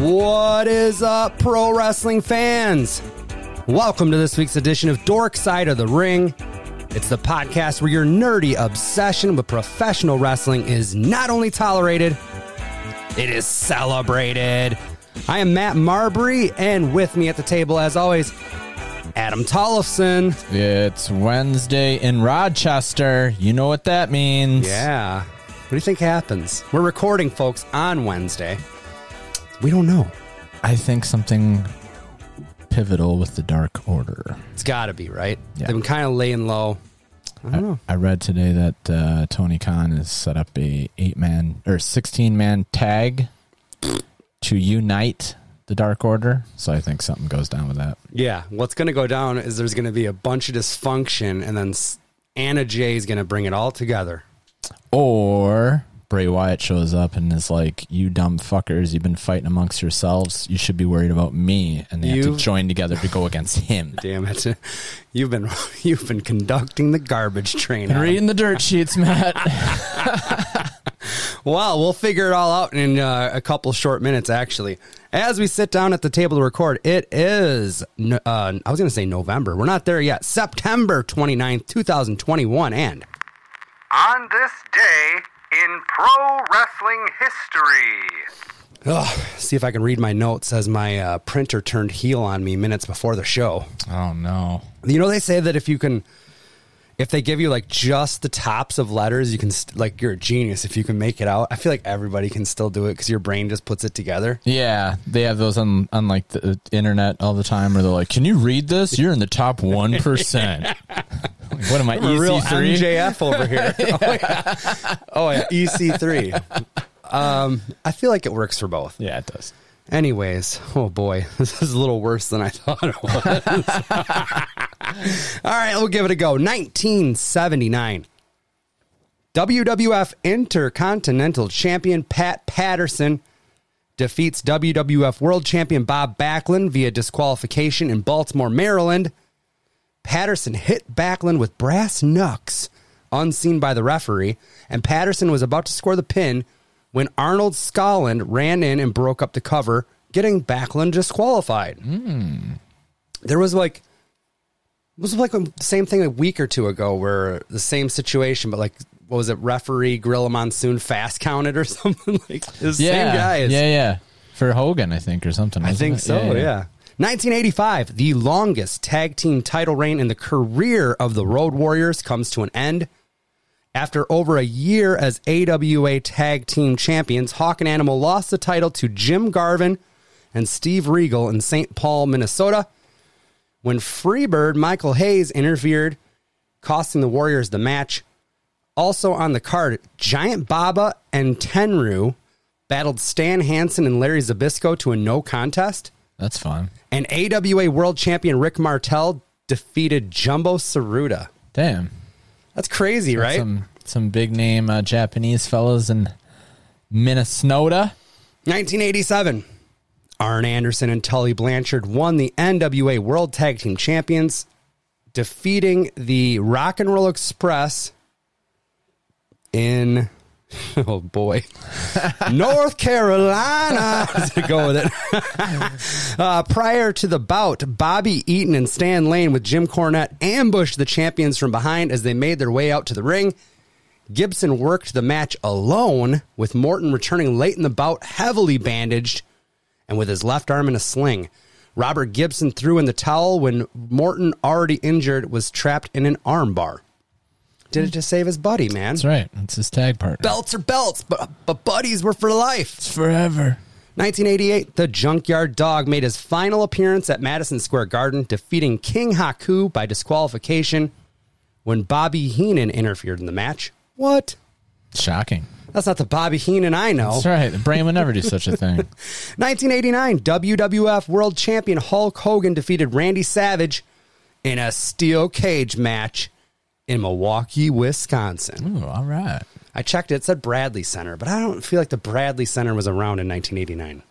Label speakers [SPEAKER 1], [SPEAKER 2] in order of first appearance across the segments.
[SPEAKER 1] What is up, pro wrestling fans? Welcome to this week's edition of Dork Side of the Ring. It's the podcast where your nerdy obsession with professional wrestling is not only tolerated, it is celebrated. I am Matt Marbury, and with me at the table, as always, Adam Tollefson.
[SPEAKER 2] It's Wednesday in Rochester. You know what that means.
[SPEAKER 1] Yeah. What do you think happens? We're recording, folks, on Wednesday. We don't know.
[SPEAKER 2] I think something pivotal with the Dark Order.
[SPEAKER 1] It's got to be, right?
[SPEAKER 2] Yeah.
[SPEAKER 1] They've been kind of laying low. I don't know.
[SPEAKER 2] I read today that uh, Tony Khan has set up a eight man or sixteen man tag to unite the Dark Order. So I think something goes down with that.
[SPEAKER 1] Yeah, what's going to go down is there's going to be a bunch of dysfunction, and then S- Anna Jay is going to bring it all together.
[SPEAKER 2] Or Bray Wyatt shows up and is like, "You dumb fuckers! You've been fighting amongst yourselves. You should be worried about me." And they have
[SPEAKER 1] You've-
[SPEAKER 2] to join together to go against him.
[SPEAKER 1] Damn it! You've been you've been conducting the garbage train. Adam.
[SPEAKER 2] Reading the dirt sheets, Matt.
[SPEAKER 1] Well, we'll figure it all out in uh, a couple short minutes, actually. As we sit down at the table to record, it is, no- uh, I was going to say November. We're not there yet. September 29th, 2021. And
[SPEAKER 3] On this day in pro wrestling history.
[SPEAKER 1] ugh, see if I can read my notes as my uh, printer turned heel on me minutes before the show.
[SPEAKER 2] oh no.
[SPEAKER 1] You know, they say that if you can, if they give you like just the tops of letters, you can, st- like, you're a genius if you can make it out. I feel like everybody can still do it because your brain just puts it together.
[SPEAKER 2] Yeah, they have those on, on like the uh, internet all the time where they're like, "Can you read this? You're in the top one percent." what am I? E
[SPEAKER 1] I'm a real
[SPEAKER 2] EC3?
[SPEAKER 1] MJF over here. Oh yeah, oh, yeah. EC3. Um, I feel like it works for both.
[SPEAKER 2] Yeah, it does.
[SPEAKER 1] Anyways, oh boy, this is a little worse than I thought it was. All right, we'll give it a go. 1979. WWF Intercontinental Champion Pat Patterson defeats WWF World Champion Bob Backlund via disqualification in Baltimore, Maryland. Patterson hit Backlund with brass knucks, unseen by the referee, and Patterson was about to score the pin when Arnold Scotland ran in and broke up the cover, getting Backlund disqualified.
[SPEAKER 2] Hmm.
[SPEAKER 1] There was like it was like the same thing a week or two ago where the same situation, but like what was it, referee Gorilla Monsoon fast counted or something like this
[SPEAKER 2] Yeah,
[SPEAKER 1] same guy. It's-
[SPEAKER 2] yeah, yeah. For Hogan, I think, or something.
[SPEAKER 1] I
[SPEAKER 2] wasn't
[SPEAKER 1] think
[SPEAKER 2] it?
[SPEAKER 1] so, yeah, 1985, the longest tag team title reign in the career of the Road Warriors comes to an end. After over a year as AWA tag team champions, Hawk and Animal lost the title to Jim Garvin and Steve Regal in St. Paul, Minnesota. When Freebird Michael Hayes interfered, costing the Warriors the match. Also on the card, Giant Baba and Tenru battled Stan Hansen and Larry Zabisco to a no contest.
[SPEAKER 2] That's fun.
[SPEAKER 1] And AWA World Champion Rick Martel defeated Jumbo Saruta.
[SPEAKER 2] Damn,
[SPEAKER 1] That's crazy, right?
[SPEAKER 2] some some big name uh, Japanese fellas in Minnesota.
[SPEAKER 1] 1987. Arn Anderson and Tully Blanchard won the NWA World Tag Team Champions, defeating the Rock and Roll Express in, oh boy, North Carolina. to go with it. uh, prior to the bout, Bobby Eaton and Stan Lane with Jim Cornette ambushed the champions from behind as they made their way out to the ring. Gibson worked the match alone, with Morton returning late in the bout, heavily bandaged and with his left arm in a sling. Robert Gibson threw in the towel when Morton, already injured, was trapped in an armbar. Did it to save his buddy, man.
[SPEAKER 2] That's right. That's his tag partner.
[SPEAKER 1] Belts are belts, but, but buddies were for life.
[SPEAKER 2] It's forever.
[SPEAKER 1] 1988, the Junkyard Dog made his final appearance at Madison Square Garden, defeating King Haku by disqualification when Bobby Heenan interfered in the match. What?
[SPEAKER 2] Shocking.
[SPEAKER 1] That's not the Bobby Heenan I know.
[SPEAKER 2] That's right. The brain would never do such a thing.
[SPEAKER 1] 1989, WWF World Champion Hulk Hogan defeated Randy Savage in a steel cage match in Milwaukee, Wisconsin.
[SPEAKER 2] Ooh, all right.
[SPEAKER 1] I checked it, it said Bradley Center, but I don't feel like the Bradley Center was around in 1989.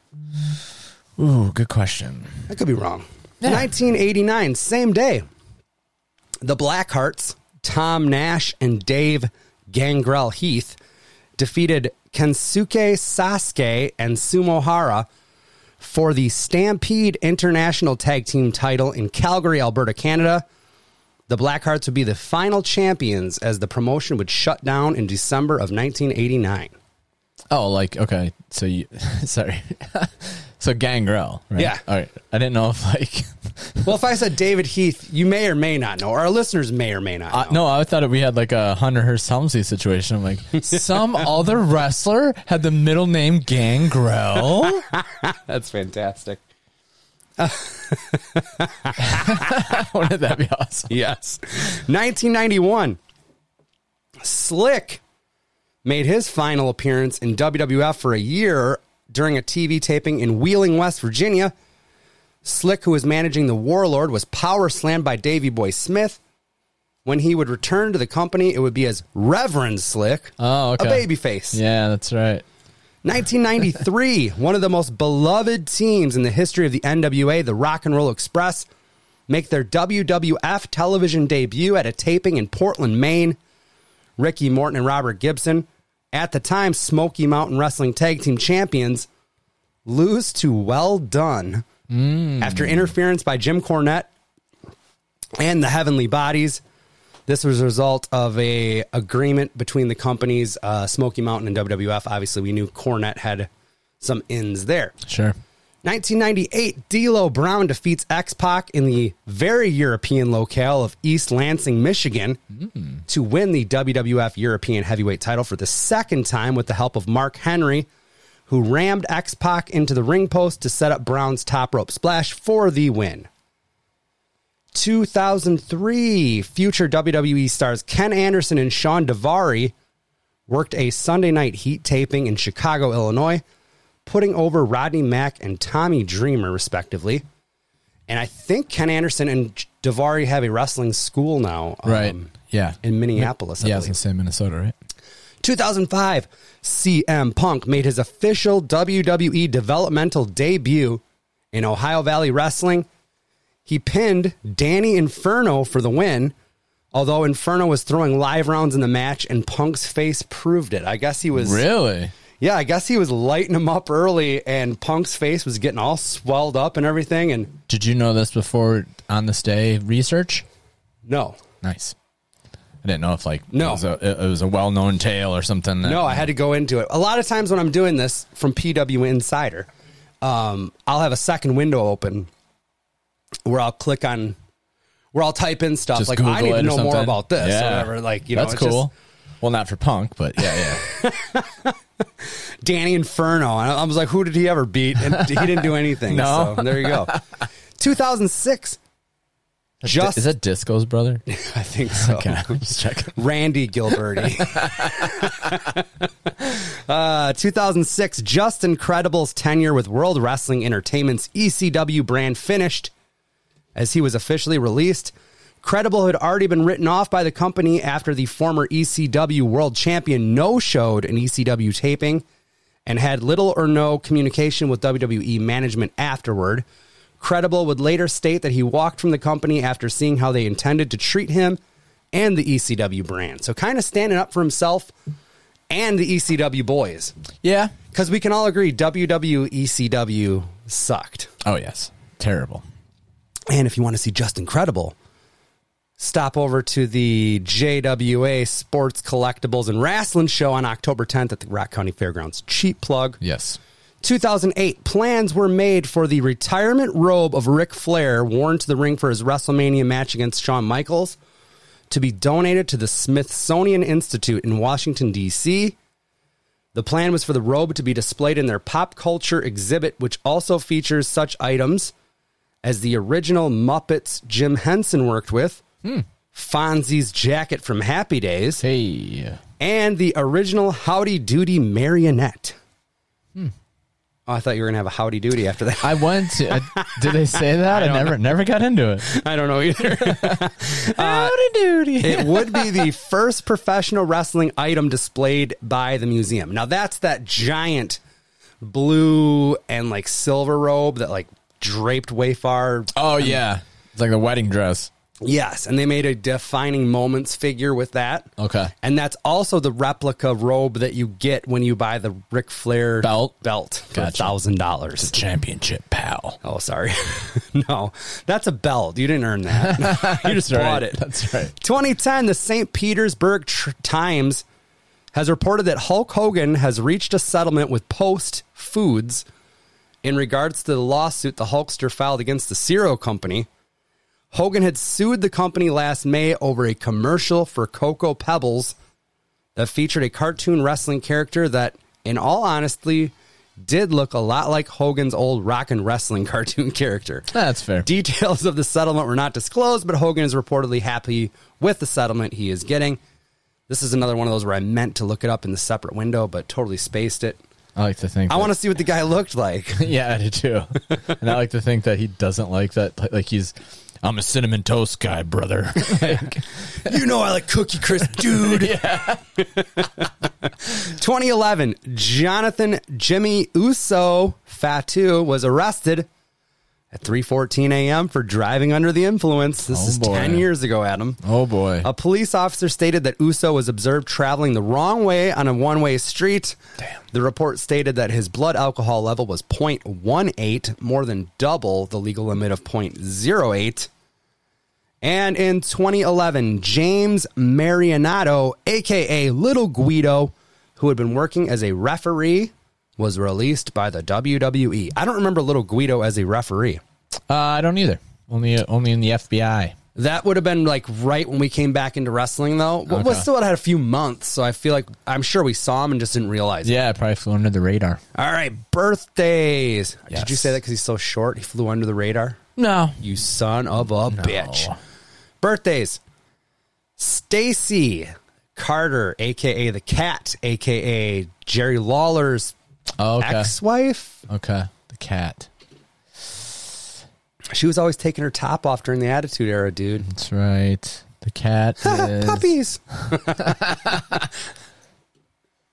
[SPEAKER 2] Ooh, good question.
[SPEAKER 1] I could be wrong. 1989, same day. The Blackhearts, Tom Nash and Dave Gangrel Heath, defeated Kensuke Sasuke and Sumohara for the Stampede International Tag Team title in Calgary, Alberta, Canada. The Blackhearts would be the final champions as the promotion would shut down in December of 1989.
[SPEAKER 2] Oh, like okay. So you, sorry. so Gangrel. Right?
[SPEAKER 1] Yeah.
[SPEAKER 2] All right. I didn't know if like.
[SPEAKER 1] Well, if I said David Heath, you may or may not know, or our listeners may or may not know.
[SPEAKER 2] Uh, no, I thought we had like a Hunter Hearst Helmsley situation. I'm like, some other wrestler had the middle name Gangrel.
[SPEAKER 1] That's fantastic.
[SPEAKER 2] Wouldn't that be awesome?
[SPEAKER 1] Yes. 1991. Slick made his final appearance in WWF for a year during a TV taping in Wheeling, West Virginia. Slick, who was managing the Warlord, was power slammed by Davy Boy Smith. When he would return to the company, it would be as Reverend Slick,
[SPEAKER 2] Oh, okay.
[SPEAKER 1] a babyface.
[SPEAKER 2] Yeah, that's right.
[SPEAKER 1] 1993, one of the most beloved teams in the history of the NWA, the Rock and Roll Express, make their WWF television debut at a taping in Portland, Maine. Ricky Morton and Robert Gibson, at the time Smoky Mountain Wrestling Tag Team Champions, lose to Well Done after interference by Jim Cornette and the Heavenly Bodies. This was a result of a agreement between the companies, uh, Smoky Mountain and WWF. Obviously, we knew Cornette had some ins there.
[SPEAKER 2] Sure.
[SPEAKER 1] 1998, D'Lo Brown defeats X-Pac in the very European locale of East Lansing, Michigan, to win the WWF European Heavyweight title for the second time with the help of Mark Henry, who rammed X-Pac into the ring post to set up Brown's top rope splash for the win. 2003, future WWE stars Ken Anderson and Sean Devary worked a Sunday night heat taping in Chicago, Illinois, putting over Rodney Mack and Tommy Dreamer, respectively. And I think Ken Anderson and Devary have a wrestling school now. um,
[SPEAKER 2] Right. yeah.
[SPEAKER 1] In Minneapolis, I
[SPEAKER 2] yeah, I was
[SPEAKER 1] believe.
[SPEAKER 2] gonna say Minnesota, right?
[SPEAKER 1] 2005, CM Punk made his official WWE developmental debut in Ohio Valley Wrestling. He pinned Danny Inferno for the win, although Inferno was throwing live rounds in the match and Punk's face proved it. I guess he was
[SPEAKER 2] Really?
[SPEAKER 1] Yeah, I guess he was lighting him up early and Punk's face was getting all swelled up and everything and
[SPEAKER 2] Did you know this before on this day research?
[SPEAKER 1] no.
[SPEAKER 2] Nice. I didn't know if like
[SPEAKER 1] No.
[SPEAKER 2] it was a, it- it was a well known tale or something. that-
[SPEAKER 1] No, I had to go into it. A lot of times when I'm doing this from PW Insider, um, I'll have a second window open where I'll click on where I'll type in stuff
[SPEAKER 2] just
[SPEAKER 1] like
[SPEAKER 2] Google
[SPEAKER 1] I need
[SPEAKER 2] it
[SPEAKER 1] to
[SPEAKER 2] or
[SPEAKER 1] know more
[SPEAKER 2] something.
[SPEAKER 1] about this
[SPEAKER 2] Yeah.
[SPEAKER 1] or whatever. Like you know,
[SPEAKER 2] that's
[SPEAKER 1] it's just
[SPEAKER 2] cool. well, not for punk, but yeah, yeah.
[SPEAKER 1] Danny Inferno, and I I was like, who did he ever beat? And he didn't do anything.
[SPEAKER 2] No.
[SPEAKER 1] so there you go. 2006. Just
[SPEAKER 2] is that Disco's brother?
[SPEAKER 1] I think so.
[SPEAKER 2] Okay, I'm just checking.
[SPEAKER 1] Randy Gilberti. uh, 2006, Just Incredible's tenure with World Wrestling Entertainment's ECW brand finished as he was officially released. Credible had already been written off by the company after the former ECW world champion no showed an ECW taping and had little or no communication with WWE management afterward. Credible would later state that he walked from the company after seeing how they intended to treat him and the ECW brand. So, kind of standing up for himself and the ECW boys.
[SPEAKER 2] Yeah.
[SPEAKER 1] Because we can all agree WWE ECW sucked.
[SPEAKER 2] Oh yes, terrible.
[SPEAKER 1] And if you want to see Just Incredible, stop over to the JWA Sports Collectibles and Wrestling Show on October 10th at the Rock County Fairgrounds. Cheap plug.
[SPEAKER 2] Yes.
[SPEAKER 1] 2008, plans were made for the retirement robe of Ric Flair, worn to the ring for his WrestleMania match against Shawn Michaels, to be donated to the Smithsonian Institute in Washington, D.C. The plan was for the robe to be displayed in their pop culture exhibit, which also features such items as the original Muppets Jim Henson worked with, Fonzie's jacket from Happy Days,
[SPEAKER 2] Hey.
[SPEAKER 1] and the original Howdy Doody marionette. Oh, I thought you were gonna have a Howdy Doody after that.
[SPEAKER 2] I went to. I, did they say that? I, never, never got into it.
[SPEAKER 1] I don't know either.
[SPEAKER 2] Howdy doody.
[SPEAKER 1] it would be the first professional wrestling item displayed by the museum. Now that's that giant blue and like silver robe that like draped way far.
[SPEAKER 2] Oh yeah, it's like the wedding dress.
[SPEAKER 1] Yes, and they made a defining moments figure with that.
[SPEAKER 2] Okay.
[SPEAKER 1] And that's also the replica robe that you get when you buy the Ric Flair
[SPEAKER 2] Belt.
[SPEAKER 1] belt for
[SPEAKER 2] Gotcha.
[SPEAKER 1] thousand dollars.
[SPEAKER 2] Championship pal.
[SPEAKER 1] Oh, sorry. no, that's a belt. You didn't earn that. you just bought
[SPEAKER 2] right.
[SPEAKER 1] it.
[SPEAKER 2] That's right.
[SPEAKER 1] 2010, the St. Petersburg Tr- Times has reported that Hulk Hogan has reached a settlement with Post Foods in regards to the lawsuit the Hulkster filed against the cereal company. Hogan had sued the company last May over a commercial for Cocoa Pebbles that featured a cartoon wrestling character that, in all honesty, did look a lot like Hogan's old rock and wrestling cartoon character.
[SPEAKER 2] That's fair.
[SPEAKER 1] Details of the settlement were not disclosed, but Hogan is reportedly happy with the settlement he is getting. This is another one of those where I meant to look it up in the separate window, but totally spaced it.
[SPEAKER 2] I like to think.
[SPEAKER 1] I
[SPEAKER 2] that-
[SPEAKER 1] want to see what the guy looked like.
[SPEAKER 2] Yeah, I do too. and I like to think that he doesn't like that. Like, like he's, I'm a cinnamon toast guy, brother. like,
[SPEAKER 1] you know I like Cookie Crisp, dude. 2011, Jonathan Jimmy Uso Fatu was arrested at 3:14 a.m. for driving under the influence. This
[SPEAKER 2] Oh,
[SPEAKER 1] is
[SPEAKER 2] boy.
[SPEAKER 1] 10 years ago, Adam.
[SPEAKER 2] oh boy.
[SPEAKER 1] A police officer stated that Uso was observed traveling the wrong way on a one way street. Damn. The report stated that his blood alcohol level was 0.18, more than double the legal limit of 0.08. And in 2011, James Marionato, aka Little Guido, who had been working as a referee, was released by the WWE. I don't remember Little Guido as a referee.
[SPEAKER 2] Uh, I don't either. Only, only in the FBI.
[SPEAKER 1] That would have been like right when we came back into wrestling, though. Well,
[SPEAKER 2] Okay.
[SPEAKER 1] We still had a few months, so I feel like I'm sure we saw him and just didn't realize. it.
[SPEAKER 2] Yeah, it probably flew under the radar.
[SPEAKER 1] All right, birthdays. Did you
[SPEAKER 2] Yes.
[SPEAKER 1] say that because he's so short? He flew under the radar.
[SPEAKER 2] No.
[SPEAKER 1] You son of a bitch. Birthdays. Stacy Carter, aka the Cat, aka Jerry Lawler's
[SPEAKER 2] Oh, okay.
[SPEAKER 1] ex-wife.
[SPEAKER 2] Okay. The cat.
[SPEAKER 1] She was always taking her top off during the Attitude Era, dude.
[SPEAKER 2] That's right. The cat is
[SPEAKER 1] Puppies.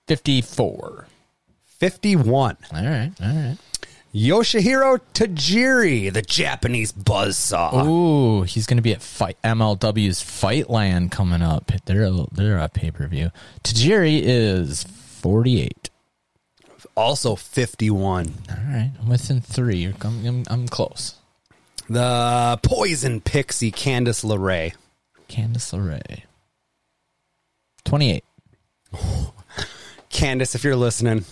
[SPEAKER 2] 54.
[SPEAKER 1] Fifty-one.
[SPEAKER 2] All right. All right.
[SPEAKER 1] Yoshihiro Tajiri, the Japanese buzzsaw.
[SPEAKER 2] Oh. Ooh, he's going to be at fight MLW's Fightland coming up. They're a, they're a pay per view. Tajiri is 48.
[SPEAKER 1] Also 51.
[SPEAKER 2] All right, I'm within three. You're- I'm, I'm, I'm close.
[SPEAKER 1] The poison pixie Candice LeRae.
[SPEAKER 2] Candice LeRae. 28.
[SPEAKER 1] Candice, if you're listening,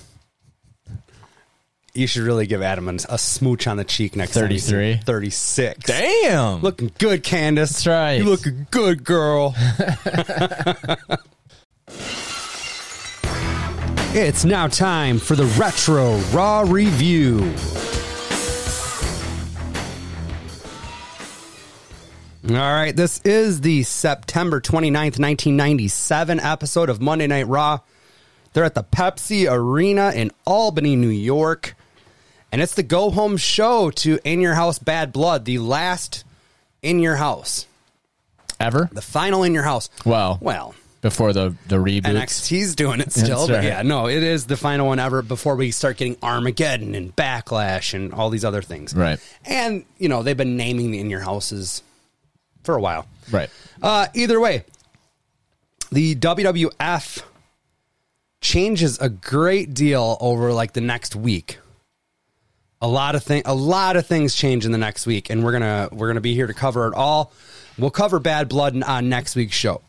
[SPEAKER 1] you should really give Adam an- a smooch on the cheek next time you see him.
[SPEAKER 2] 33.
[SPEAKER 1] 36.
[SPEAKER 2] Damn. Look,
[SPEAKER 1] Looking good, Candice. That's
[SPEAKER 2] right.
[SPEAKER 1] You looking good, girl. it's now time for the Retro Raw Review. All right, this is the September 29th, 1997 episode of Monday Night Raw. They're at the Pepsi Arena in Albany, New York. And it's the go home show to In Your House Bad Blood, the last In Your House,
[SPEAKER 2] ever?
[SPEAKER 1] the final In Your House.
[SPEAKER 2] Well,
[SPEAKER 1] Well,
[SPEAKER 2] before the, the reboot.
[SPEAKER 1] NXT's doing it still,
[SPEAKER 2] That's
[SPEAKER 1] but
[SPEAKER 2] right.
[SPEAKER 1] yeah, no, it is the final one ever before we start getting Armageddon and Backlash and all these other things.
[SPEAKER 2] Right.
[SPEAKER 1] And, you know, they've been naming the In Your Houses for a while.
[SPEAKER 2] Right.
[SPEAKER 1] Uh, either way, the WWF changes a great deal over like the next week. A lot of thing, a lot of things change in the next week, and we're gonna we're gonna be here to cover it all. We'll cover Bad Blood on next week's show.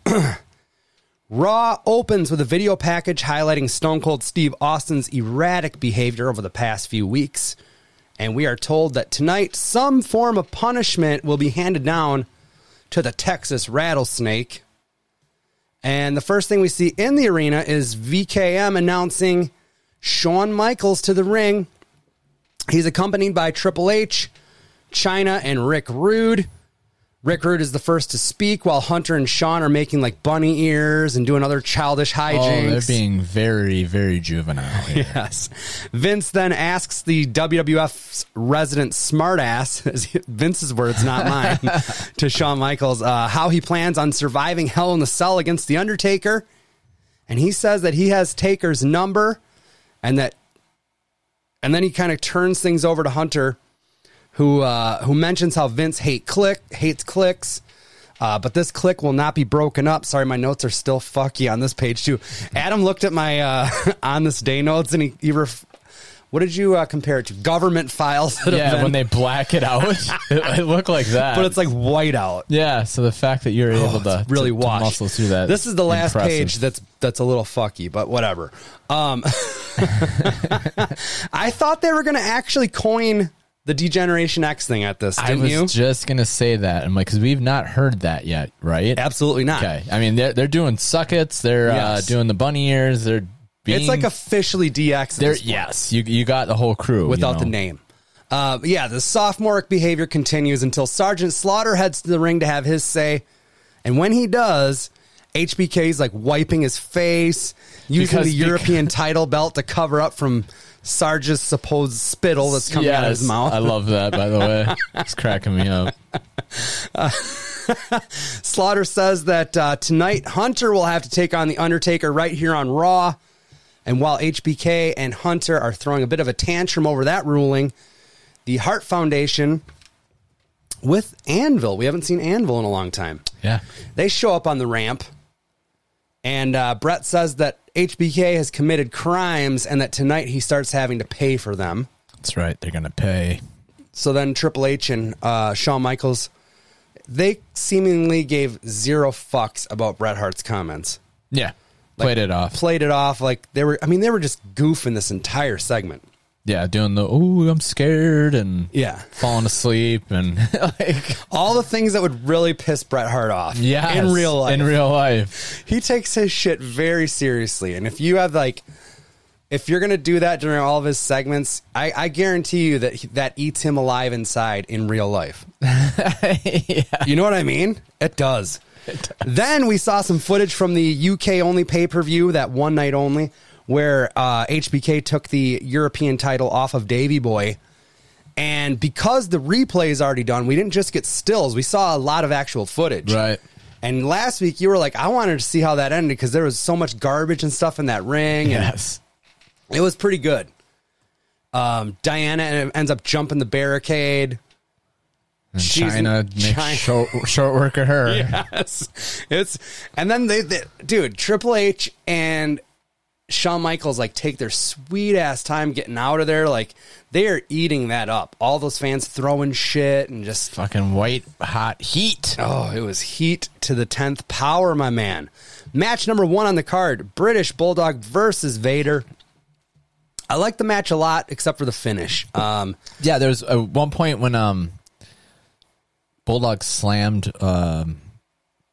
[SPEAKER 1] Raw opens with a video package highlighting Stone Cold Steve Austin's erratic behavior over the past few weeks. And we are told that tonight some form of punishment will be handed down to the Texas rattlesnake. And the first thing we see in the arena is VKM announcing Shawn Michaels to the ring. He's accompanied by Triple H, China, and Rick Rude. Rick Rude is the first to speak while Hunter and Shawn are making like bunny ears and doing other childish
[SPEAKER 2] Oh, they're
[SPEAKER 1] hijinks.
[SPEAKER 2] being very, very juvenile here.
[SPEAKER 1] Yes. Vince then asks the WWF's resident smartass, as he- Vince's words, not mine, to Shawn Michaels, uh, how he plans on surviving Hell in the Cell against The Undertaker. And he says that he has Taker's number and that And then he kind of turns things over to Hunter, who uh, who mentions how Vince hate click hates clicks. Uh, but this click will not be broken up. Sorry, my notes are still fucky on this page too. Adam looked at my uh, on this day notes and he, he ref- what did you uh, compare it to? Government files. that have
[SPEAKER 2] Yeah,
[SPEAKER 1] been-
[SPEAKER 2] when they black it out, it, it looked like that.
[SPEAKER 1] but it's like whiteout.
[SPEAKER 2] yeah, so the fact that you're able to
[SPEAKER 1] really
[SPEAKER 2] to, to
[SPEAKER 1] wash.
[SPEAKER 2] muscle through that.
[SPEAKER 1] This is the last
[SPEAKER 2] impressive.
[SPEAKER 1] page that's that's a little fucky, but whatever. Um, I thought they were going to actually coin the Degeneration X thing at this,
[SPEAKER 2] I
[SPEAKER 1] didn't
[SPEAKER 2] was
[SPEAKER 1] you?
[SPEAKER 2] just gonna say that. I'm like, because we've not heard that yet, right?
[SPEAKER 1] Absolutely not.
[SPEAKER 2] Okay. I mean, they're they're doing suckets. They're
[SPEAKER 1] Yes.
[SPEAKER 2] uh, doing the bunny ears. They're being,
[SPEAKER 1] It's like officially DX. At
[SPEAKER 2] They're,
[SPEAKER 1] this point.
[SPEAKER 2] yes, you you got the whole crew you
[SPEAKER 1] without the
[SPEAKER 2] know.
[SPEAKER 1] name. Uh, but yeah, the sophomoric behavior continues until Sergeant Slaughter heads to the ring to have his say. And when he does, HBK is like wiping his face, using
[SPEAKER 2] Because-
[SPEAKER 1] the European title belt to cover up from Sarge's supposed spittle that's coming out of his
[SPEAKER 2] Yes,
[SPEAKER 1] mouth.
[SPEAKER 2] I love that. By the way, it's cracking me up.
[SPEAKER 1] Slaughter says that uh, tonight Hunter will have to take on The Undertaker right here on Raw. And while HBK and Hunter are throwing a bit of a tantrum over that ruling, the Hart Foundation with Anvil, we haven't seen Anvil in a long time,
[SPEAKER 2] Yeah.
[SPEAKER 1] they show up on the ramp. And uh, Brett says that HBK has committed crimes and that tonight he starts having to pay for them.
[SPEAKER 2] That's right. They're gonna pay.
[SPEAKER 1] So then Triple H and uh, Shawn Michaels, they seemingly gave zero fucks about Bret Hart's comments.
[SPEAKER 2] Yeah, played it off.
[SPEAKER 1] Played it off like they were. I mean, they were just goofing this entire segment.
[SPEAKER 2] yeah, doing the oh, I'm scared and
[SPEAKER 1] Yeah,
[SPEAKER 2] falling asleep and like
[SPEAKER 1] all the things that would really piss Bret Hart off.
[SPEAKER 2] yeah,
[SPEAKER 1] in real life,
[SPEAKER 2] In real life,
[SPEAKER 1] he takes his shit very seriously. And if you have like, if you're gonna do that during all of his segments, I, I guarantee you that he, that eats him alive inside in real life. You know what I mean? It does. Then we saw some footage from the UK only pay per view that one night only, where uh, HBK took the European title off of Davy Boy. And because the replay is already done, we didn't just get stills. We saw a lot of actual footage.
[SPEAKER 2] right?
[SPEAKER 1] And last week you were like, I wanted to see how that ended because there was so much garbage and stuff in that ring. and
[SPEAKER 2] Yes.
[SPEAKER 1] it was pretty good. Um, Diana ends up jumping the barricade. She's-
[SPEAKER 2] China makes
[SPEAKER 1] China-
[SPEAKER 2] Short, short work of her.
[SPEAKER 1] yes. It's and then they, they dude, Triple H and Shawn Michaels like take their sweet ass time getting out of there. Like they are eating that up. All those fans throwing shit and just
[SPEAKER 2] Fucking white hot heat.
[SPEAKER 1] oh, it was heat to the tenth power, my man. Match number one on the card: British Bulldog versus Vader. I like the match a lot, except for the finish. Um,
[SPEAKER 2] Yeah, there's uh, one point when um Bulldog slammed um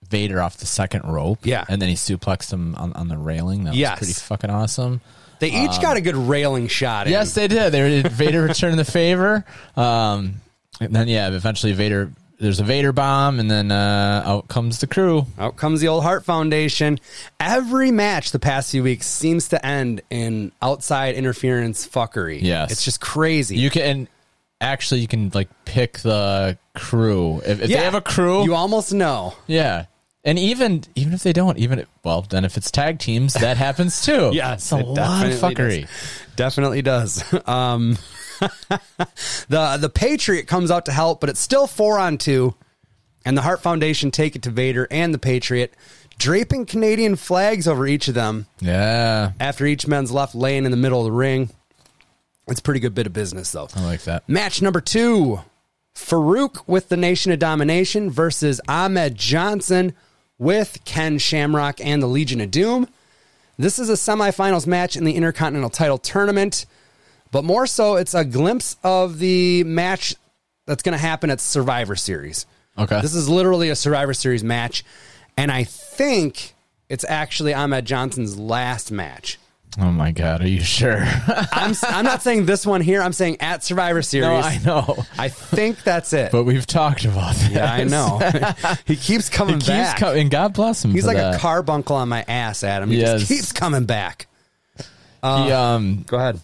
[SPEAKER 2] Vader off the second rope.
[SPEAKER 1] Yeah.
[SPEAKER 2] and then he suplexed him on, on the railing. That
[SPEAKER 1] Yes.
[SPEAKER 2] was pretty fucking awesome.
[SPEAKER 1] they each got a good railing shot. In.
[SPEAKER 2] Um, Yes, they did. They Vader returned the favor. Um, and then yeah, eventually Vader. There's a Vader bomb, and then uh, out comes the crew.
[SPEAKER 1] Out comes the old Heart Foundation. Every match the past few weeks seems to end in outside interference fuckery.
[SPEAKER 2] Yes.
[SPEAKER 1] It's just crazy.
[SPEAKER 2] You can and actually you can like pick the crew if, if
[SPEAKER 1] Yeah.
[SPEAKER 2] they have a crew.
[SPEAKER 1] You almost know.
[SPEAKER 2] yeah. And even even if they don't, even if, well, then if it's tag teams, that happens too. it's a
[SPEAKER 1] it
[SPEAKER 2] lot of
[SPEAKER 1] definitely
[SPEAKER 2] fuckery.
[SPEAKER 1] does. Definitely does. Um, the the Patriot comes out to help, but it's still four on two, and the Heart Foundation take it to Vader and the Patriot, draping Canadian flags over each of them.
[SPEAKER 2] Yeah,
[SPEAKER 1] after each man's left laying in the middle of the ring. It's a pretty good bit of business, though.
[SPEAKER 2] I like that.
[SPEAKER 1] Match number two Farouk with the Nation of Domination versus Ahmed Johnson with Ken Shamrock and the Legion of Doom. This is a semifinals match in the Intercontinental title tournament, but more so, it's a glimpse of the match that's going to happen at Survivor Series.
[SPEAKER 2] Okay.
[SPEAKER 1] This is literally a Survivor Series match, and I think it's actually Ahmed Johnson's last match.
[SPEAKER 2] oh my god, are you sure?
[SPEAKER 1] I'm I'm not saying this one here. I'm saying at Survivor Series.
[SPEAKER 2] no, I
[SPEAKER 1] I,
[SPEAKER 2] know,
[SPEAKER 1] think that's it.
[SPEAKER 2] but we've talked about that.
[SPEAKER 1] yeah, I know. he keeps coming
[SPEAKER 2] Keeps
[SPEAKER 1] back.
[SPEAKER 2] coming. God bless him.
[SPEAKER 1] He's
[SPEAKER 2] for
[SPEAKER 1] like a
[SPEAKER 2] that.
[SPEAKER 1] carbuncle on my ass, Adam. He just
[SPEAKER 2] Yes.
[SPEAKER 1] keeps coming back.
[SPEAKER 2] He, um,
[SPEAKER 1] Go ahead.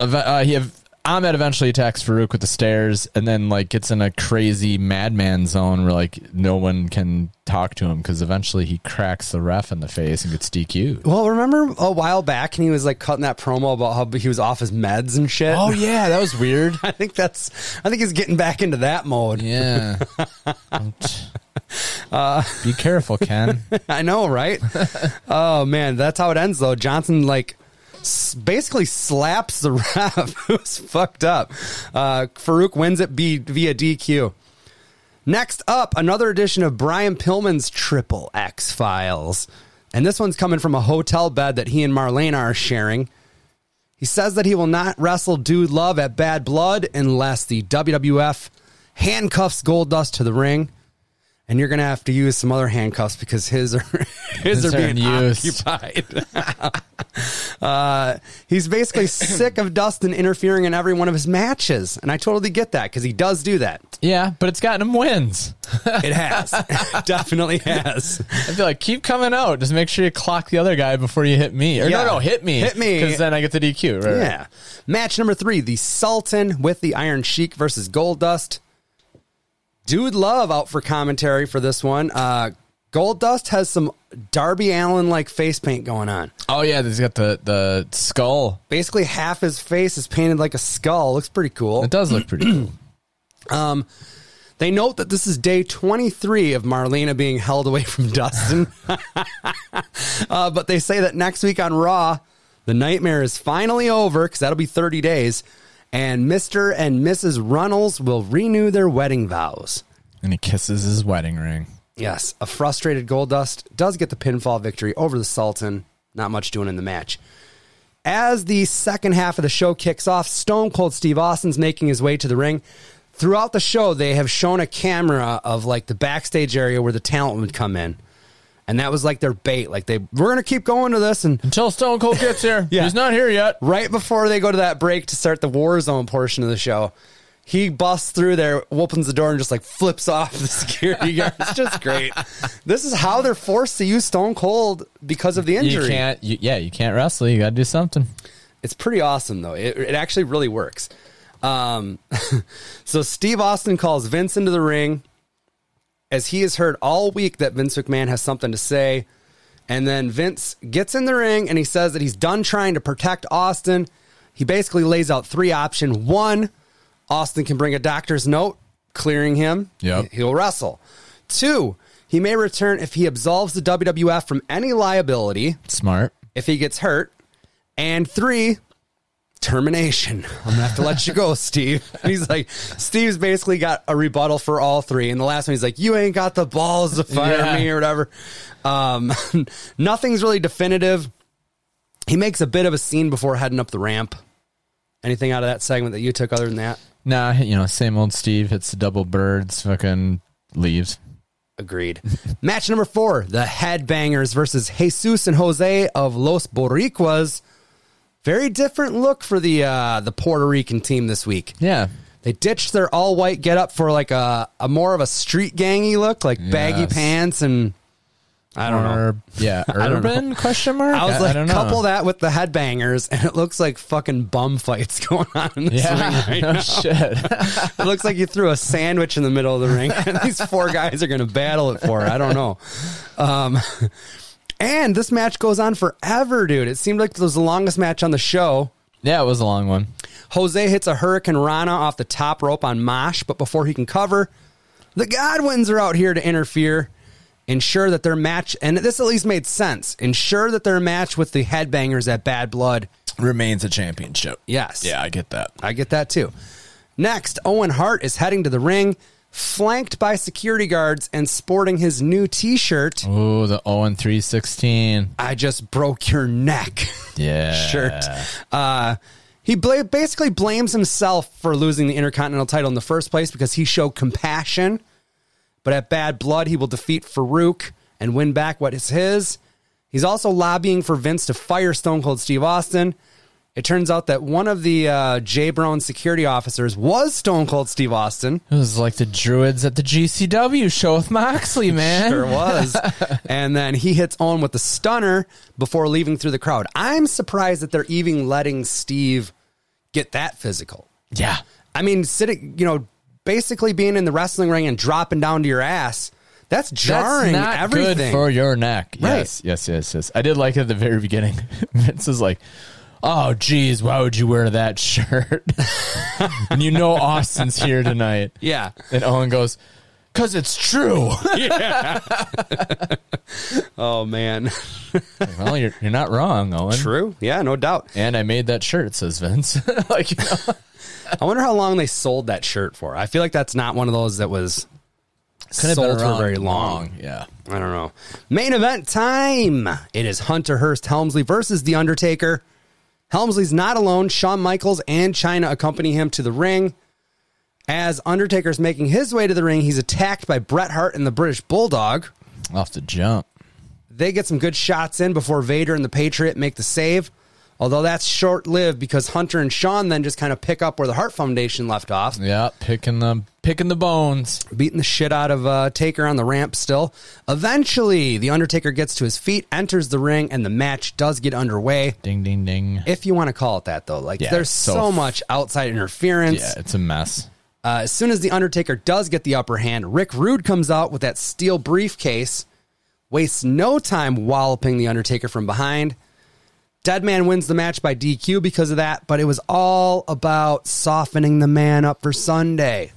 [SPEAKER 2] ev- uh, he ev- Ahmed eventually attacks Farouk with the stairs and then like gets in a crazy madman zone where like no one can talk to him because eventually he cracks the ref in the face and gets DQ'd.
[SPEAKER 1] Well, remember a while back, and he was like cutting that promo about how he was off his meds and shit.
[SPEAKER 2] Oh yeah, that was weird.
[SPEAKER 1] I think that's. I think he's getting back into that mode.
[SPEAKER 2] Yeah. Uh. Be careful, Ken.
[SPEAKER 1] I know, right? oh man, that's how it ends though. Johnson like s- basically slaps the ref. Who's fucked up? Uh, Farouk wins it b- via DQ. Next up, another edition of Brian Pillman's Triple X Files, and this one's coming from a hotel bed that he and Marlena are sharing. He says that he will not wrestle Dude Love at Bad Blood unless the WWF handcuffs Goldust to the ring. And you're gonna have to use some other handcuffs because his are his,
[SPEAKER 2] His
[SPEAKER 1] are being
[SPEAKER 2] aren't used.
[SPEAKER 1] occupied. uh, he's basically sick of Dustin interfering in every one of his matches, and I totally get that because he does do that.
[SPEAKER 2] Yeah, but it's gotten him wins.
[SPEAKER 1] It has, definitely has.
[SPEAKER 2] I feel like keep coming out. Just make sure you clock the other guy before you hit me. Or
[SPEAKER 1] Yeah.
[SPEAKER 2] no, no, hit me.
[SPEAKER 1] Hit me.
[SPEAKER 2] Because then I get the DQ, right?
[SPEAKER 1] Yeah. Match number three: the Sultan with the Iron Sheik versus Goldust. Dude, love out for commentary for this one. Uh, Goldust has some Darby Allen like face paint going on.
[SPEAKER 2] Oh yeah, he's got the, the skull.
[SPEAKER 1] Basically, half his face is painted like a skull. Looks pretty cool.
[SPEAKER 2] It does look pretty cool.
[SPEAKER 1] They note that this is day 23 of Marlena being held away from Dustin. uh, but they say that next week on Raw, the nightmare is finally over because that'll be 30 days. And Mr. and Mrs. Runnels will renew their wedding vows.
[SPEAKER 2] And he kisses his wedding ring.
[SPEAKER 1] Yes, a frustrated Goldust does get the pinfall victory over the Sultan. Not much doing in the match. As the second half of the show kicks off, Stone Cold Steve Austin's making his way to the ring. Throughout the show, they have shown a camera of like the backstage area where the talent would come in. And that was like their bait. Like they we're gonna keep going to this and
[SPEAKER 2] Until Stone Cold gets here.
[SPEAKER 1] Yeah.
[SPEAKER 2] He's not here yet.
[SPEAKER 1] right before they go to that break to start the war zone portion of the show, he busts through there, opens the door, and just like flips off the security guard. It's just great. This is how they're forced to use Stone Cold because of the
[SPEAKER 2] You
[SPEAKER 1] injury.
[SPEAKER 2] can't you, yeah, you can't wrestle. You gotta do something.
[SPEAKER 1] It's pretty awesome though. It, it actually really works. Um, so Steve Austin calls Vince into the ring as he has heard all week that Vince McMahon has something to say. And then Vince gets in the ring and he says that he's done trying to protect Austin. He basically lays out three options. One, Austin can bring a doctor's note clearing him.
[SPEAKER 2] Yep.
[SPEAKER 1] He'll wrestle. Two, he may return if he absolves the WWF from any liability
[SPEAKER 2] Smart.
[SPEAKER 1] if he gets hurt. And three, termination. I'm gonna have to let you go, Steve. And he's like, Steve's basically got a rebuttal for all three. And the last one, he's like, you ain't got the balls to fire
[SPEAKER 2] Yeah.
[SPEAKER 1] me or whatever. Um, nothing's really definitive. He makes a bit of a scene before heading up the ramp. Anything out of that segment that you took other than that?
[SPEAKER 2] Nah, you know, same old Steve hits the double birds, fucking leaves.
[SPEAKER 1] Agreed. Match number four, the Headbangers versus Jesus and Jose of Los Boricuas. Very different look for the uh, the Puerto Rican team this week.
[SPEAKER 2] Yeah.
[SPEAKER 1] They ditched their all white getup for like a, a more of a street gangy look, like baggy
[SPEAKER 2] Yes.
[SPEAKER 1] pants and I don't know.
[SPEAKER 2] Or, yeah,
[SPEAKER 1] don't know.
[SPEAKER 2] urban question mark.
[SPEAKER 1] I was like,
[SPEAKER 2] don't know.
[SPEAKER 1] couple that with the headbangers, and it looks like fucking bum fights going on in this
[SPEAKER 2] Yeah,
[SPEAKER 1] ring right
[SPEAKER 2] no
[SPEAKER 1] now.
[SPEAKER 2] shit.
[SPEAKER 1] It looks like you threw a sandwich in the middle of the ring, and these four guys are going to battle it for. it. I don't know. Um, and this match goes on forever, dude. It seemed like it was the longest match on the show.
[SPEAKER 2] yeah, it was a long one.
[SPEAKER 1] Jose hits a Hurricane Rana off the top rope on Mosh, but before he can cover, the Godwins are out here to interfere, ensure that their match, and this at least made sense, ensure that their match with the headbangers at Bad Blood.
[SPEAKER 2] Remains a championship.
[SPEAKER 1] Yes.
[SPEAKER 2] Yeah, I get that.
[SPEAKER 1] I get that too. Next, Owen Hart is heading to the ring, flanked by security guards and sporting his new t shirt.
[SPEAKER 2] Ooh, the 0 and 316.
[SPEAKER 1] I just broke your neck.
[SPEAKER 2] Yeah.
[SPEAKER 1] shirt. Uh, he bla- basically blames himself for losing the Intercontinental title in the first place because he showed compassion. But at Bad Blood, he will defeat Farouk and win back what is his. He's also lobbying for Vince to fire Stone Cold Steve Austin. It turns out that one of the uh, Jay Brown security officers was Stone Cold Steve Austin.
[SPEAKER 2] It was like the Druids at the GCW show with Moxley, man.
[SPEAKER 1] Sure was. and then he hits on with the stunner before leaving through the crowd. I'm surprised that they're even letting Steve get that physical.
[SPEAKER 2] Yeah.
[SPEAKER 1] I mean, sitting, you know, basically being in the wrestling ring and dropping down to your ass. That's jarring
[SPEAKER 2] That's not
[SPEAKER 1] everything.
[SPEAKER 2] good for your neck.
[SPEAKER 1] Right.
[SPEAKER 2] Yes, yes, yes, yes. I did like at the very beginning. Vince is like, "Oh, geez, why would you wear that shirt?" and you know Austin's here tonight.
[SPEAKER 1] yeah.
[SPEAKER 2] And Owen goes, "Cause it's true."
[SPEAKER 1] Oh man.
[SPEAKER 2] well, you're you're not wrong, Owen.
[SPEAKER 1] True. Yeah, no doubt.
[SPEAKER 2] And I made that shirt. Says Vince. like, you know,
[SPEAKER 1] I wonder how long they sold that shirt for. I feel like that's not one of those that was
[SPEAKER 2] couldn't
[SPEAKER 1] sold
[SPEAKER 2] have been
[SPEAKER 1] for
[SPEAKER 2] around
[SPEAKER 1] very long.
[SPEAKER 2] Yeah.
[SPEAKER 1] I don't know. Main event time. It is Hunter Hearst Helmsley versus The Undertaker. Helmsley's not alone. Shawn Michaels and China accompany him to the ring. As Undertaker's making his way to the ring, he's attacked by Bret Hart and the British Bulldog.
[SPEAKER 2] Off the jump.
[SPEAKER 1] They get some good shots in before Vader and the Patriot make the save. Although that's short lived because Hunter and Shawn then just kind of pick up where the Hart Foundation left off,
[SPEAKER 2] Yeah, picking the picking the bones.
[SPEAKER 1] beating the shit out of uh, Taker on the ramp still. Eventually, The Undertaker gets to his feet, enters the ring, and the match does get underway.
[SPEAKER 2] Ding ding ding.
[SPEAKER 1] If you want to call it that, though, like
[SPEAKER 2] Yeah,
[SPEAKER 1] there's
[SPEAKER 2] it's
[SPEAKER 1] so,
[SPEAKER 2] so f-
[SPEAKER 1] much outside interference.
[SPEAKER 2] yeah, it's a mess.
[SPEAKER 1] Uh, as soon as The Undertaker does get the upper hand, Rick Rude comes out with that steel briefcase, wastes no time walloping The Undertaker from behind. Deadman wins the match by DQ because of that, but it was all about softening the man up for Sunday.